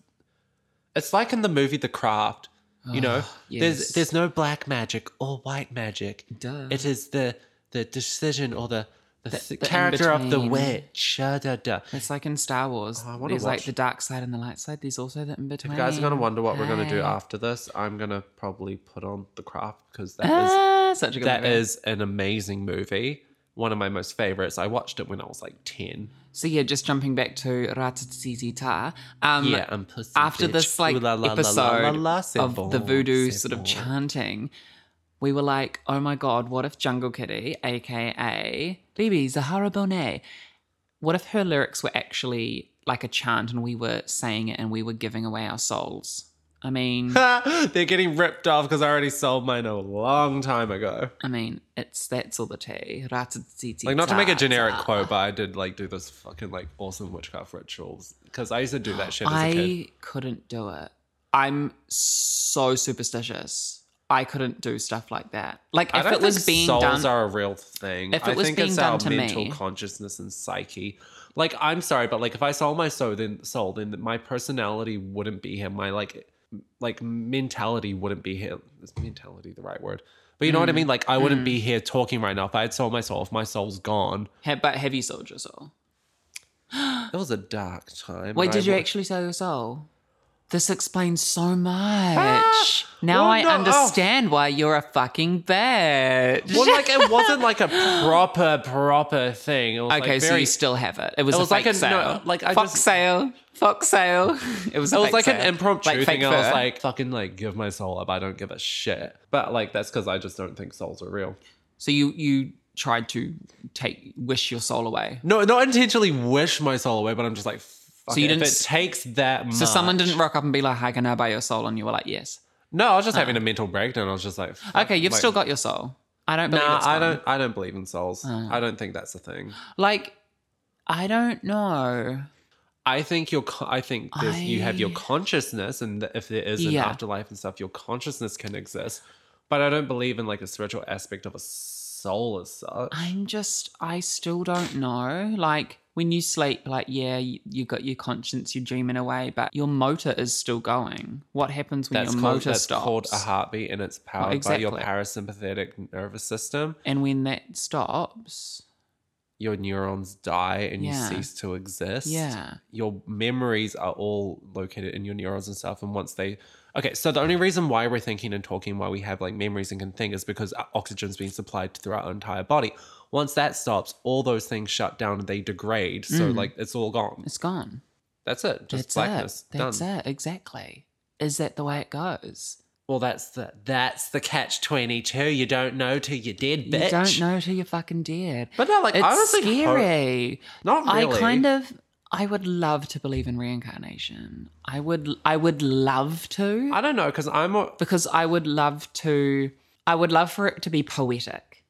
[SPEAKER 4] It's like in the movie The Craft. You know,
[SPEAKER 2] yes.
[SPEAKER 4] there's there's no black magic or white magic.
[SPEAKER 2] Duh.
[SPEAKER 4] It is the the decision or the the, th-
[SPEAKER 2] the
[SPEAKER 4] character of the
[SPEAKER 2] in-between.
[SPEAKER 4] witch. Uh, da, da.
[SPEAKER 2] It's like in Star Wars.
[SPEAKER 4] Oh, I wanna
[SPEAKER 2] There's like
[SPEAKER 4] watch-
[SPEAKER 2] the dark side and the light side. There's also the in between.
[SPEAKER 4] You guys are gonna wonder what we're gonna do
[SPEAKER 2] Hi.
[SPEAKER 4] after this. I'm gonna probably put on the craft because that is
[SPEAKER 2] Ah, such a good
[SPEAKER 4] that
[SPEAKER 2] movie.
[SPEAKER 4] is an amazing movie. One of my most favorites. I watched it when I was like ten.
[SPEAKER 2] So yeah, just jumping back to Ratatitita. Um,
[SPEAKER 4] Yeah, and pussy
[SPEAKER 2] after
[SPEAKER 4] bitch.
[SPEAKER 2] this like
[SPEAKER 4] Ooh la la la la
[SPEAKER 2] episode
[SPEAKER 4] la la, say
[SPEAKER 2] of the
[SPEAKER 4] bon,
[SPEAKER 2] voodoo
[SPEAKER 4] say
[SPEAKER 2] sort of
[SPEAKER 4] bon.
[SPEAKER 2] chanting, we were like, oh my god, what if Jungle Kitty, aka Bibi Zahara Bonet, what if her lyrics were actually like a chant and we were saying it and we were giving away our souls? I mean,
[SPEAKER 4] They're getting ripped off because I already sold mine a long time ago.
[SPEAKER 2] I mean, it's that's all the tea. Ratatatatata.
[SPEAKER 4] Like not to make a generic quote, but I did like do this fucking like awesome witchcraft rituals because I used to do that shit as a kid.
[SPEAKER 2] I couldn't do it. I'm so superstitious. I couldn't do stuff like that. Like
[SPEAKER 4] I
[SPEAKER 2] if
[SPEAKER 4] don't
[SPEAKER 2] it was
[SPEAKER 4] think
[SPEAKER 2] being
[SPEAKER 4] souls
[SPEAKER 2] done,
[SPEAKER 4] are a real thing.
[SPEAKER 2] if it
[SPEAKER 4] I
[SPEAKER 2] was
[SPEAKER 4] think
[SPEAKER 2] being
[SPEAKER 4] it's
[SPEAKER 2] done
[SPEAKER 4] our
[SPEAKER 2] to
[SPEAKER 4] mental
[SPEAKER 2] me-
[SPEAKER 4] consciousness and psyche. Like I'm sorry, but like if I sold my soul, then soul, then my personality wouldn't be him. My like, like mentality wouldn't be him. Is mentality the right word? But you know what I
[SPEAKER 2] Mm,
[SPEAKER 4] mean. Like I wouldn't be here talking right now if I had sold my soul. If my soul's gone,
[SPEAKER 2] he- but heavy soldier soul.
[SPEAKER 4] it was a dark time.
[SPEAKER 2] Wait,
[SPEAKER 4] and
[SPEAKER 2] did you
[SPEAKER 4] I-
[SPEAKER 2] actually sell your soul? This explains so much. now
[SPEAKER 4] Ah, well,
[SPEAKER 2] I
[SPEAKER 4] no, oh.
[SPEAKER 2] understand why you're a fucking bitch.
[SPEAKER 4] Well, like it wasn't like a proper proper thing. It was
[SPEAKER 2] Okay,
[SPEAKER 4] like
[SPEAKER 2] so
[SPEAKER 4] very
[SPEAKER 2] you still have it. It was,
[SPEAKER 4] It
[SPEAKER 2] a
[SPEAKER 4] was like
[SPEAKER 2] fake
[SPEAKER 4] a- no,
[SPEAKER 2] sale.
[SPEAKER 4] like, I
[SPEAKER 2] fuck
[SPEAKER 4] just-
[SPEAKER 2] sale, fuck sale. It was. A
[SPEAKER 4] It was
[SPEAKER 2] fake
[SPEAKER 4] like
[SPEAKER 2] sale.
[SPEAKER 4] an impromptu
[SPEAKER 2] Like fake
[SPEAKER 4] thing. and I was
[SPEAKER 2] fur.
[SPEAKER 4] like, fucking like give my soul up. I don't give a shit. But like that's because I just don't think souls are real.
[SPEAKER 2] so you you tried to take wish your soul away.
[SPEAKER 4] No, not intentionally wish my soul away, but I'm just like, fuck
[SPEAKER 2] So you
[SPEAKER 4] it.
[SPEAKER 2] didn't
[SPEAKER 4] If it
[SPEAKER 2] s-
[SPEAKER 4] takes that much.
[SPEAKER 2] So someone didn't rock up and be like, "Hi, can I buy your soul?" And you were like, "Yes."
[SPEAKER 4] No, I was just having a mental breakdown. I was just like, fuck,
[SPEAKER 2] Okay, you've
[SPEAKER 4] like,
[SPEAKER 2] still got your soul. I don't believe
[SPEAKER 4] Nah,
[SPEAKER 2] it's
[SPEAKER 4] I
[SPEAKER 2] gone.
[SPEAKER 4] don't. I don't believe in souls. I don't think that's a thing.
[SPEAKER 2] like. I don't know.
[SPEAKER 4] I think your. co- I think there's, you have your
[SPEAKER 2] I-
[SPEAKER 4] consciousness, and th- if there is an
[SPEAKER 2] Yeah.
[SPEAKER 4] afterlife and stuff, your consciousness can exist. But I don't believe in like the spiritual aspect of a soul as such.
[SPEAKER 2] I'm just, I still don't know. Like when you sleep, like yeah, you, you got your conscience, you're dreaming away, but your motor is still going. What happens when
[SPEAKER 4] that's
[SPEAKER 2] your
[SPEAKER 4] called,
[SPEAKER 2] motor
[SPEAKER 4] that's
[SPEAKER 2] stops?
[SPEAKER 4] called a heartbeat and it's powered by your
[SPEAKER 2] exactly.
[SPEAKER 4] parasympathetic nervous system
[SPEAKER 2] and when that stops,
[SPEAKER 4] your neurons die and
[SPEAKER 2] Yeah.
[SPEAKER 4] you cease to exist
[SPEAKER 2] Yeah.
[SPEAKER 4] your memories are all located in your neurons and stuff and once they okay so the only reason why we're thinking and talking why we have like memories and can think is because o- oxygen's being supplied through our entire body once that stops all those things shut down and they degrade so like it's all gone
[SPEAKER 2] it's gone.
[SPEAKER 4] that's it
[SPEAKER 2] Mm.
[SPEAKER 4] just
[SPEAKER 2] That's
[SPEAKER 4] blackness
[SPEAKER 2] it. That's
[SPEAKER 4] done
[SPEAKER 2] it. Exactly. Is that the way it goes?
[SPEAKER 4] well that's the that's the catch 22 you don't know till you're dead bitch
[SPEAKER 2] You don't know till you're fucking dead.
[SPEAKER 4] But no, like
[SPEAKER 2] it's
[SPEAKER 4] honestly, hope-
[SPEAKER 2] scary.
[SPEAKER 4] not really.
[SPEAKER 2] I kind of I would love to believe in reincarnation. I would I would love to
[SPEAKER 4] I don't know because I'm a,
[SPEAKER 2] because I would love to I would love for it to be poetic.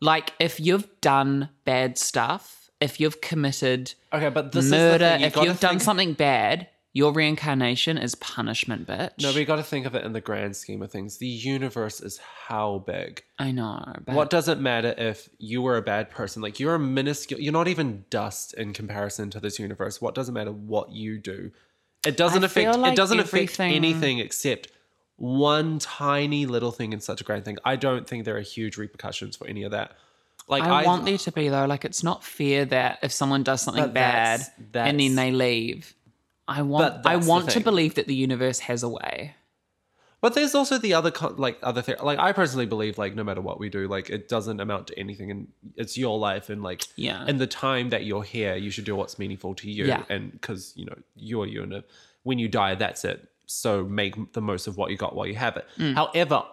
[SPEAKER 2] Like if you've done bad stuff, if you've committed
[SPEAKER 4] okay, but this is the
[SPEAKER 2] murder,
[SPEAKER 4] thing. You
[SPEAKER 2] if
[SPEAKER 4] gotta
[SPEAKER 2] you've done
[SPEAKER 4] think-
[SPEAKER 2] something bad, your reincarnation is punishment, bitch.
[SPEAKER 4] No, we got to think of it in the grand scheme of things. The universe is how big.
[SPEAKER 2] I know. But
[SPEAKER 4] What does it matter if you were a bad person? Like you're a minuscule. You're not even dust in comparison to this universe. What does it matter what you do? It doesn't
[SPEAKER 2] I
[SPEAKER 4] affect.
[SPEAKER 2] feel like
[SPEAKER 4] it doesn't affect
[SPEAKER 2] everything-
[SPEAKER 4] anything except one tiny little thing in such a grand thing. I don't think there are huge repercussions for any of that. Like
[SPEAKER 2] I, want there to be though. Like it's not fair that if someone does something
[SPEAKER 4] But that's-
[SPEAKER 2] bad and then
[SPEAKER 4] that's-
[SPEAKER 2] they leave. I want
[SPEAKER 4] But
[SPEAKER 2] I
[SPEAKER 4] that's the
[SPEAKER 2] want to
[SPEAKER 4] thing.
[SPEAKER 2] believe that the universe has a way.
[SPEAKER 4] But there's also the other con- like other thing. Like I personally believe like no matter what we do, like it doesn't amount to anything, and it's your life, and like
[SPEAKER 2] Yeah.
[SPEAKER 4] in the time that you're here, you should do what's meaningful to you,
[SPEAKER 2] Yeah.
[SPEAKER 4] and because you know you're you, and if- when you die, that's it. So make the most of what you got while you have it.
[SPEAKER 2] Mm.
[SPEAKER 4] However,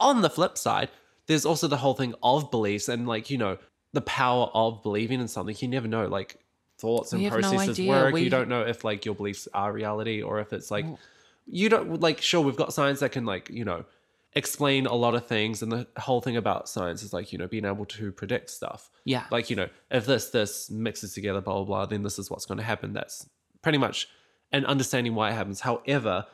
[SPEAKER 4] on the flip side, there's also the whole thing of beliefs and like you know the power of believing in something. You never know, like thoughts and
[SPEAKER 2] We have no
[SPEAKER 4] processes
[SPEAKER 2] idea.
[SPEAKER 4] work.
[SPEAKER 2] We-
[SPEAKER 4] You don't know if like your beliefs are reality or if it's like you don't like sure we've got science that can like you know explain a lot of things and the whole thing about science is like you know being able to predict stuff
[SPEAKER 2] Yeah.
[SPEAKER 4] like you know if this this mixes together blah blah blah then this is what's going to happen that's pretty much an understanding why it happens however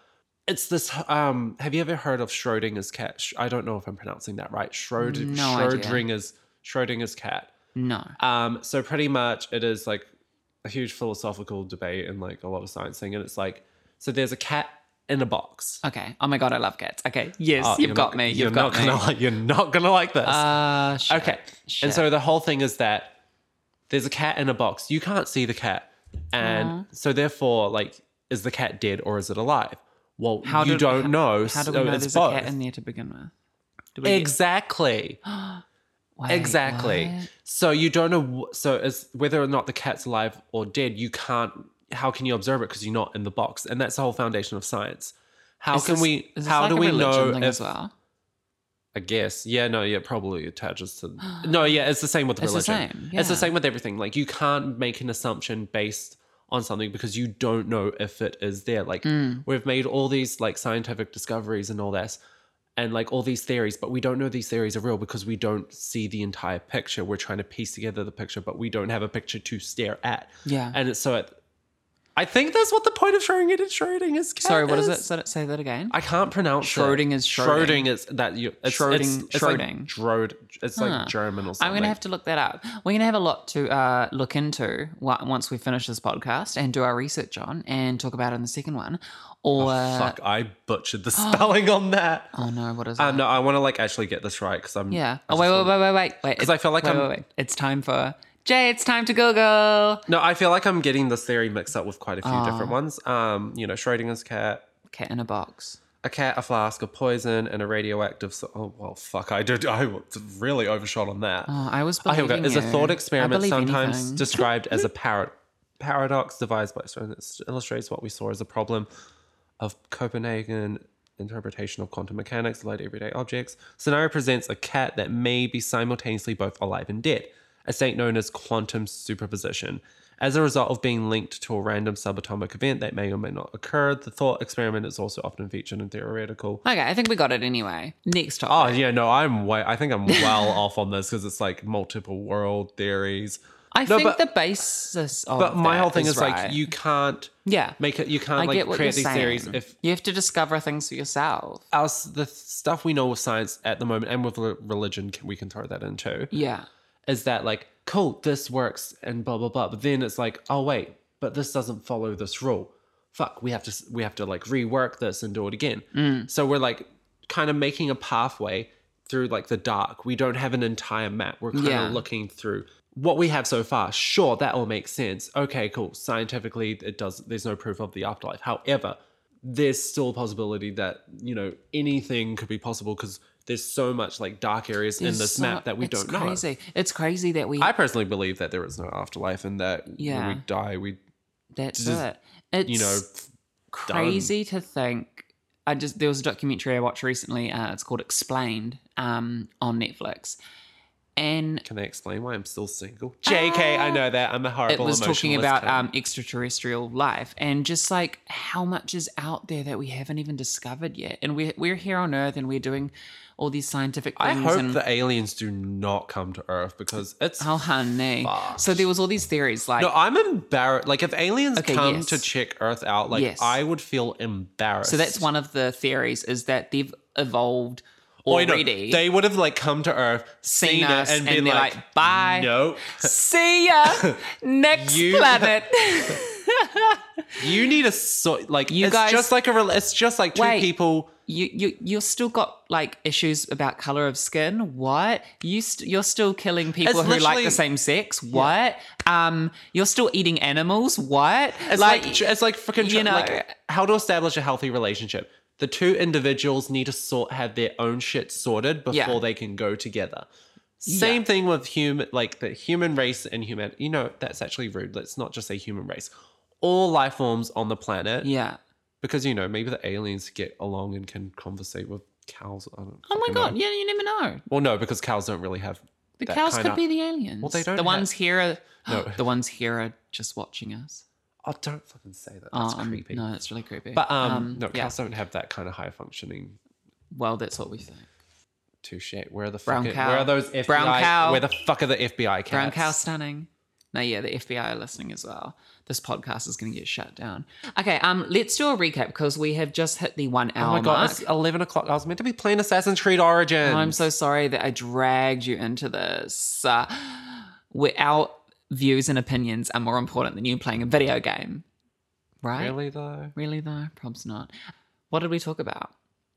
[SPEAKER 4] it's this um have you ever heard of schrodinger's cat Sh- i don't know if i'm pronouncing that right Schrod-
[SPEAKER 2] No idea.
[SPEAKER 4] schrodinger's schrodinger's cat
[SPEAKER 2] No.
[SPEAKER 4] um, so pretty much it is like a huge philosophical debate and like a lot of science thing, and it's like so there's a cat in a box.
[SPEAKER 2] Okay. Oh my god, I love cats. Okay. Yes,
[SPEAKER 4] Oh,
[SPEAKER 2] you've
[SPEAKER 4] you're
[SPEAKER 2] got
[SPEAKER 4] not-
[SPEAKER 2] me. You've
[SPEAKER 4] you're
[SPEAKER 2] got
[SPEAKER 4] not
[SPEAKER 2] me.
[SPEAKER 4] gonna like. You're not gonna like this.
[SPEAKER 2] Ah, shit.
[SPEAKER 4] okay.
[SPEAKER 2] shit.
[SPEAKER 4] And so the whole thing is that there's a cat in a box. You can't see the cat, and
[SPEAKER 2] Uh-huh.
[SPEAKER 4] so therefore, like, is the cat dead or is it alive? Well,
[SPEAKER 2] How
[SPEAKER 4] you
[SPEAKER 2] do-
[SPEAKER 4] don't
[SPEAKER 2] how-
[SPEAKER 4] know.
[SPEAKER 2] How do we
[SPEAKER 4] so
[SPEAKER 2] know
[SPEAKER 4] it's
[SPEAKER 2] there's
[SPEAKER 4] both.
[SPEAKER 2] a cat in there to begin with? Do we get-
[SPEAKER 4] exactly.
[SPEAKER 2] Wait,
[SPEAKER 4] Exactly.
[SPEAKER 2] what?
[SPEAKER 4] So you don't know. wh- So it's whether or not the cat's alive or dead. You can't. How can you observe it because you're not in the box? And that's the whole foundation of science. How
[SPEAKER 2] Is
[SPEAKER 4] can
[SPEAKER 2] this-
[SPEAKER 4] we?
[SPEAKER 2] is this
[SPEAKER 4] How
[SPEAKER 2] like
[SPEAKER 4] do
[SPEAKER 2] a
[SPEAKER 4] we
[SPEAKER 2] religion
[SPEAKER 4] know?
[SPEAKER 2] thing
[SPEAKER 4] If,
[SPEAKER 2] as well?
[SPEAKER 4] I guess. Yeah. No. Yeah. Probably attaches to. No. Yeah. It's the same with
[SPEAKER 2] It's the
[SPEAKER 4] religion.
[SPEAKER 2] same,
[SPEAKER 4] It's the
[SPEAKER 2] yeah.
[SPEAKER 4] same with everything. Like you can't make an assumption based on something because you don't know if it is there. Like
[SPEAKER 2] Mm.
[SPEAKER 4] we've made all these like scientific discoveries and all this and like all these theories, but we don't know these theories are real because we don't see the entire picture. We're trying to piece together the picture, but we don't have a picture to stare at.
[SPEAKER 2] Hmm, Yeah.
[SPEAKER 4] And it's so it, I think that's what the point of Schrodinger Schrodinger's cat
[SPEAKER 2] Sorry, what is
[SPEAKER 4] is
[SPEAKER 2] it? Say that- Say that again.
[SPEAKER 4] I can't pronounce it.
[SPEAKER 2] Schrodinger's Schroding.
[SPEAKER 4] Schrodinger's that you. It's,
[SPEAKER 2] Schroding-
[SPEAKER 4] It's, it's like
[SPEAKER 2] Schroding.
[SPEAKER 4] Drod. It's like German or something.
[SPEAKER 2] I'm going to have to look that up. We're going to have a lot to uh, look into wa- once we finish this podcast and do our research on and talk about it in the second one. Or, oh,
[SPEAKER 4] Fuck! I butchered the spelling on that.
[SPEAKER 2] no, what is it?
[SPEAKER 4] Um, no, I want to like actually get this right because I'm.
[SPEAKER 2] yeah. Oh, wait, wait, wait, wait, wait. Wait. Because
[SPEAKER 4] I feel like
[SPEAKER 2] wait,
[SPEAKER 4] I'm-
[SPEAKER 2] Wait, wait. It's time for. Jay, it's time to Google.
[SPEAKER 4] No, I feel like I'm getting this theory mixed up with quite a few different ones. Um, you know, Schrodinger's cat,
[SPEAKER 2] Cat in a box.
[SPEAKER 4] a cat, a flask of poison, and a radioactive. So- oh well, fuck! I did. I really overshot on that.
[SPEAKER 2] Oh, I was
[SPEAKER 4] Oh, here we
[SPEAKER 2] believing
[SPEAKER 4] go. Is a
[SPEAKER 2] you.
[SPEAKER 4] thought
[SPEAKER 2] I
[SPEAKER 4] experiment
[SPEAKER 2] believe
[SPEAKER 4] sometimes
[SPEAKER 2] anything.
[SPEAKER 4] described as a parad- paradox devised by Stern that illustrates what we saw as a problem of Copenhagen interpretation of quantum mechanics applied to everyday objects. Scenario presents a cat that may be simultaneously both alive and dead, a state known as quantum superposition. As a result of being linked to a random subatomic event that may or may not occur, the thought experiment is also often featured in theoretical
[SPEAKER 2] Okay, I think we got it anyway. Next
[SPEAKER 4] Oh
[SPEAKER 2] topic.
[SPEAKER 4] yeah, no, I'm way. I think I'm well off on this because it's like multiple world theories.
[SPEAKER 2] I
[SPEAKER 4] no,
[SPEAKER 2] think
[SPEAKER 4] but-
[SPEAKER 2] the basis of
[SPEAKER 4] But my
[SPEAKER 2] that
[SPEAKER 4] whole thing is,
[SPEAKER 2] right.
[SPEAKER 4] like you can't
[SPEAKER 2] Yeah.
[SPEAKER 4] make it. You can't
[SPEAKER 2] I
[SPEAKER 4] like
[SPEAKER 2] get what
[SPEAKER 4] create
[SPEAKER 2] you're
[SPEAKER 4] these
[SPEAKER 2] saying.
[SPEAKER 4] theories if
[SPEAKER 2] you have to discover things for yourself.
[SPEAKER 4] else the stuff we know with science at the moment and with re- religion can, we can throw that into
[SPEAKER 2] Yeah.
[SPEAKER 4] is that like cool this works and blah blah blah. But then it's like oh wait, but this doesn't follow this rule. Fuck, we have to s- we have to like rework this and do it again.
[SPEAKER 2] Mm.
[SPEAKER 4] So we're like kind of making a pathway through like the dark. We don't have an entire map. We're kind
[SPEAKER 2] Yeah.
[SPEAKER 4] of looking through what we have so far. Sure, that all makes sense. Okay, cool. Scientifically, it does. There's no proof of the afterlife. However, there's still a possibility that you know anything could be possible because there's so much like dark areas in this
[SPEAKER 2] So-
[SPEAKER 4] map that we
[SPEAKER 2] it's
[SPEAKER 4] don't know.
[SPEAKER 2] crazy. It's crazy that we.
[SPEAKER 4] I personally believe that there is no afterlife and that
[SPEAKER 2] Yeah.
[SPEAKER 4] when we die, we
[SPEAKER 2] that's
[SPEAKER 4] just,
[SPEAKER 2] it. It's
[SPEAKER 4] you know
[SPEAKER 2] crazy to think. I just there was a documentary I watched recently. Uh, it's called Explained um, on Netflix, and
[SPEAKER 4] can they explain why I'm still single? Jk, I know that I'm a
[SPEAKER 2] Ah. it
[SPEAKER 4] horrible.
[SPEAKER 2] was talking
[SPEAKER 4] emotionless
[SPEAKER 2] about
[SPEAKER 4] cunt.
[SPEAKER 2] um, extraterrestrial life and just like how much is out there that we haven't even discovered yet. And we're we're here on Earth and we're doing all these scientific
[SPEAKER 4] I
[SPEAKER 2] things.
[SPEAKER 4] hope
[SPEAKER 2] and,
[SPEAKER 4] the aliens do not come to Earth because it's.
[SPEAKER 2] Oh, honey. So there was all these theories like
[SPEAKER 4] no, I'm embarrassed. Like if aliens
[SPEAKER 2] Okay,
[SPEAKER 4] come
[SPEAKER 2] yes.
[SPEAKER 4] to check Earth out, like
[SPEAKER 2] Yes.
[SPEAKER 4] I would feel embarrassed.
[SPEAKER 2] so that's one of the theories is that they've evolved
[SPEAKER 4] Oh, I know.
[SPEAKER 2] already.
[SPEAKER 4] they would have like come to Earth,
[SPEAKER 2] Seen
[SPEAKER 4] seen,
[SPEAKER 2] us,
[SPEAKER 4] it, and,
[SPEAKER 2] and
[SPEAKER 4] been
[SPEAKER 2] they're
[SPEAKER 4] like,
[SPEAKER 2] like, "Bye."
[SPEAKER 4] No,
[SPEAKER 2] See ya next
[SPEAKER 4] You-
[SPEAKER 2] planet.
[SPEAKER 4] you need a so like.
[SPEAKER 2] You
[SPEAKER 4] it's
[SPEAKER 2] guys-
[SPEAKER 4] just like a. rel- It's just like two
[SPEAKER 2] Wait.
[SPEAKER 4] people.
[SPEAKER 2] you you you're still got like issues about color of skin. What you st- you're still killing people
[SPEAKER 4] It's
[SPEAKER 2] who like the
[SPEAKER 4] literally-
[SPEAKER 2] same sex. What um you're still eating animals. What
[SPEAKER 4] It's like, tr- it's like freaking.
[SPEAKER 2] you
[SPEAKER 4] You
[SPEAKER 2] know-
[SPEAKER 4] like, how to establish a healthy relationship. The two individuals need to sort have their own shit sorted before
[SPEAKER 2] Yeah.
[SPEAKER 4] they can go together. Same
[SPEAKER 2] Yeah.
[SPEAKER 4] thing with human, like the human race and human. You know, that's actually rude. Let's not just say human race. All life forms on the planet,
[SPEAKER 2] yeah.
[SPEAKER 4] because you know maybe the aliens get along and can conversate with cows. I don't
[SPEAKER 2] Oh my
[SPEAKER 4] fucking know.
[SPEAKER 2] god. Yeah, you never know.
[SPEAKER 4] Well, no, because cows don't really have.
[SPEAKER 2] The
[SPEAKER 4] that
[SPEAKER 2] cows could
[SPEAKER 4] kinda-
[SPEAKER 2] be the aliens.
[SPEAKER 4] they don't
[SPEAKER 2] The
[SPEAKER 4] have-
[SPEAKER 2] ones here are
[SPEAKER 4] No.
[SPEAKER 2] the ones here are just watching us.
[SPEAKER 4] Oh, don't fucking say that. That's
[SPEAKER 2] Um,
[SPEAKER 4] creepy.
[SPEAKER 2] No, that's really creepy.
[SPEAKER 4] But um, no,
[SPEAKER 2] yeah.
[SPEAKER 4] cows don't have that kind of high functioning
[SPEAKER 2] Well, that's what we think.
[SPEAKER 4] Touche. Where are the
[SPEAKER 2] Brown
[SPEAKER 4] fucking,
[SPEAKER 2] cow.
[SPEAKER 4] Where are those FBI?
[SPEAKER 2] Brown cow.
[SPEAKER 4] Where the fuck are the FBI cats?
[SPEAKER 2] Brown cow stunning. No, yeah, the FBI are listening as well. This podcast is going to get shut down. Okay, um, let's do a recap because we have just hit the one
[SPEAKER 4] Oh
[SPEAKER 2] hour
[SPEAKER 4] my god,
[SPEAKER 2] mark.
[SPEAKER 4] it's eleven o'clock. I was meant to be playing Assassin's Creed Origins.
[SPEAKER 2] Oh, I'm so sorry that I dragged you into this. Uh, we our views and opinions are more important than you playing a video game, right?
[SPEAKER 4] really though.
[SPEAKER 2] Really though, probs not. What did we talk about?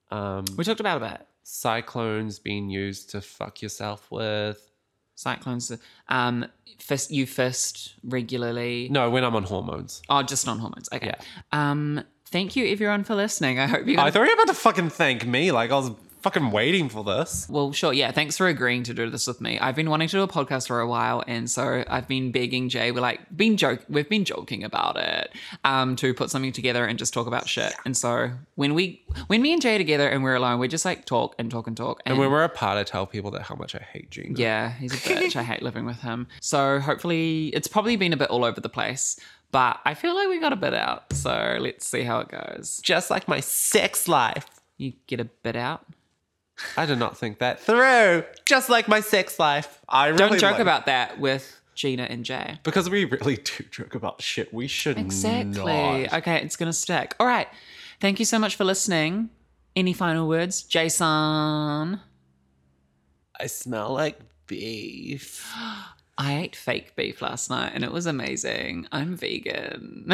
[SPEAKER 4] Um,
[SPEAKER 2] We talked about a bit.
[SPEAKER 4] cyclones being used to fuck yourself with.
[SPEAKER 2] Cyclones. Um, fist. You fist regularly.
[SPEAKER 4] No, when I'm on hormones.
[SPEAKER 2] Oh, just on hormones. Okay.
[SPEAKER 4] Yeah.
[SPEAKER 2] Um, thank you everyone for listening. I hope you
[SPEAKER 4] Oh, I
[SPEAKER 2] guys.
[SPEAKER 4] thought you were about to fucking thank me. Like I was fucking waiting for this.
[SPEAKER 2] well, sure. Yeah. Thanks for agreeing to do this with me. I've been wanting to do a podcast for a while, and so I've been begging Jay. We're like been joke. We've been joking about it. Um, to put something together and just talk about shit. And so when we, when me and Jay are together and we're alone, we just like talk and talk and talk.
[SPEAKER 4] And when we're apart, I tell people that how much I hate Gina.
[SPEAKER 2] Yeah, he's a bitch. I hate living with him. So hopefully, it's probably been a bit all over the place, But I feel like we got a bit out, so let's see how it goes.
[SPEAKER 4] Just like my sex life.
[SPEAKER 2] You get a bit out.
[SPEAKER 4] I did not think that through. Just like my sex life. I really
[SPEAKER 2] Don't joke
[SPEAKER 4] like-
[SPEAKER 2] about that with Gina and Jay.
[SPEAKER 4] because we really do joke about shit. We should
[SPEAKER 2] Exactly.
[SPEAKER 4] not.
[SPEAKER 2] Okay, it's gonna stick. All right. Thank you so much for listening. Any final words, Jason?
[SPEAKER 4] I smell like beef.
[SPEAKER 2] I ate fake beef last night and it was amazing. I'm vegan.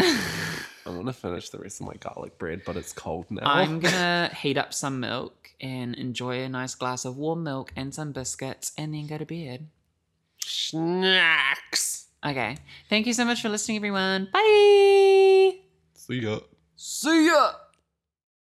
[SPEAKER 4] I'm gonna finish the rest of my garlic bread, but it's cold now.
[SPEAKER 2] I'm gonna heat up some milk and enjoy a nice glass of warm milk and some biscuits and then go to bed.
[SPEAKER 4] snacks.
[SPEAKER 2] Okay. Thank you so much for listening, everyone. Bye.
[SPEAKER 4] See ya.
[SPEAKER 2] See ya.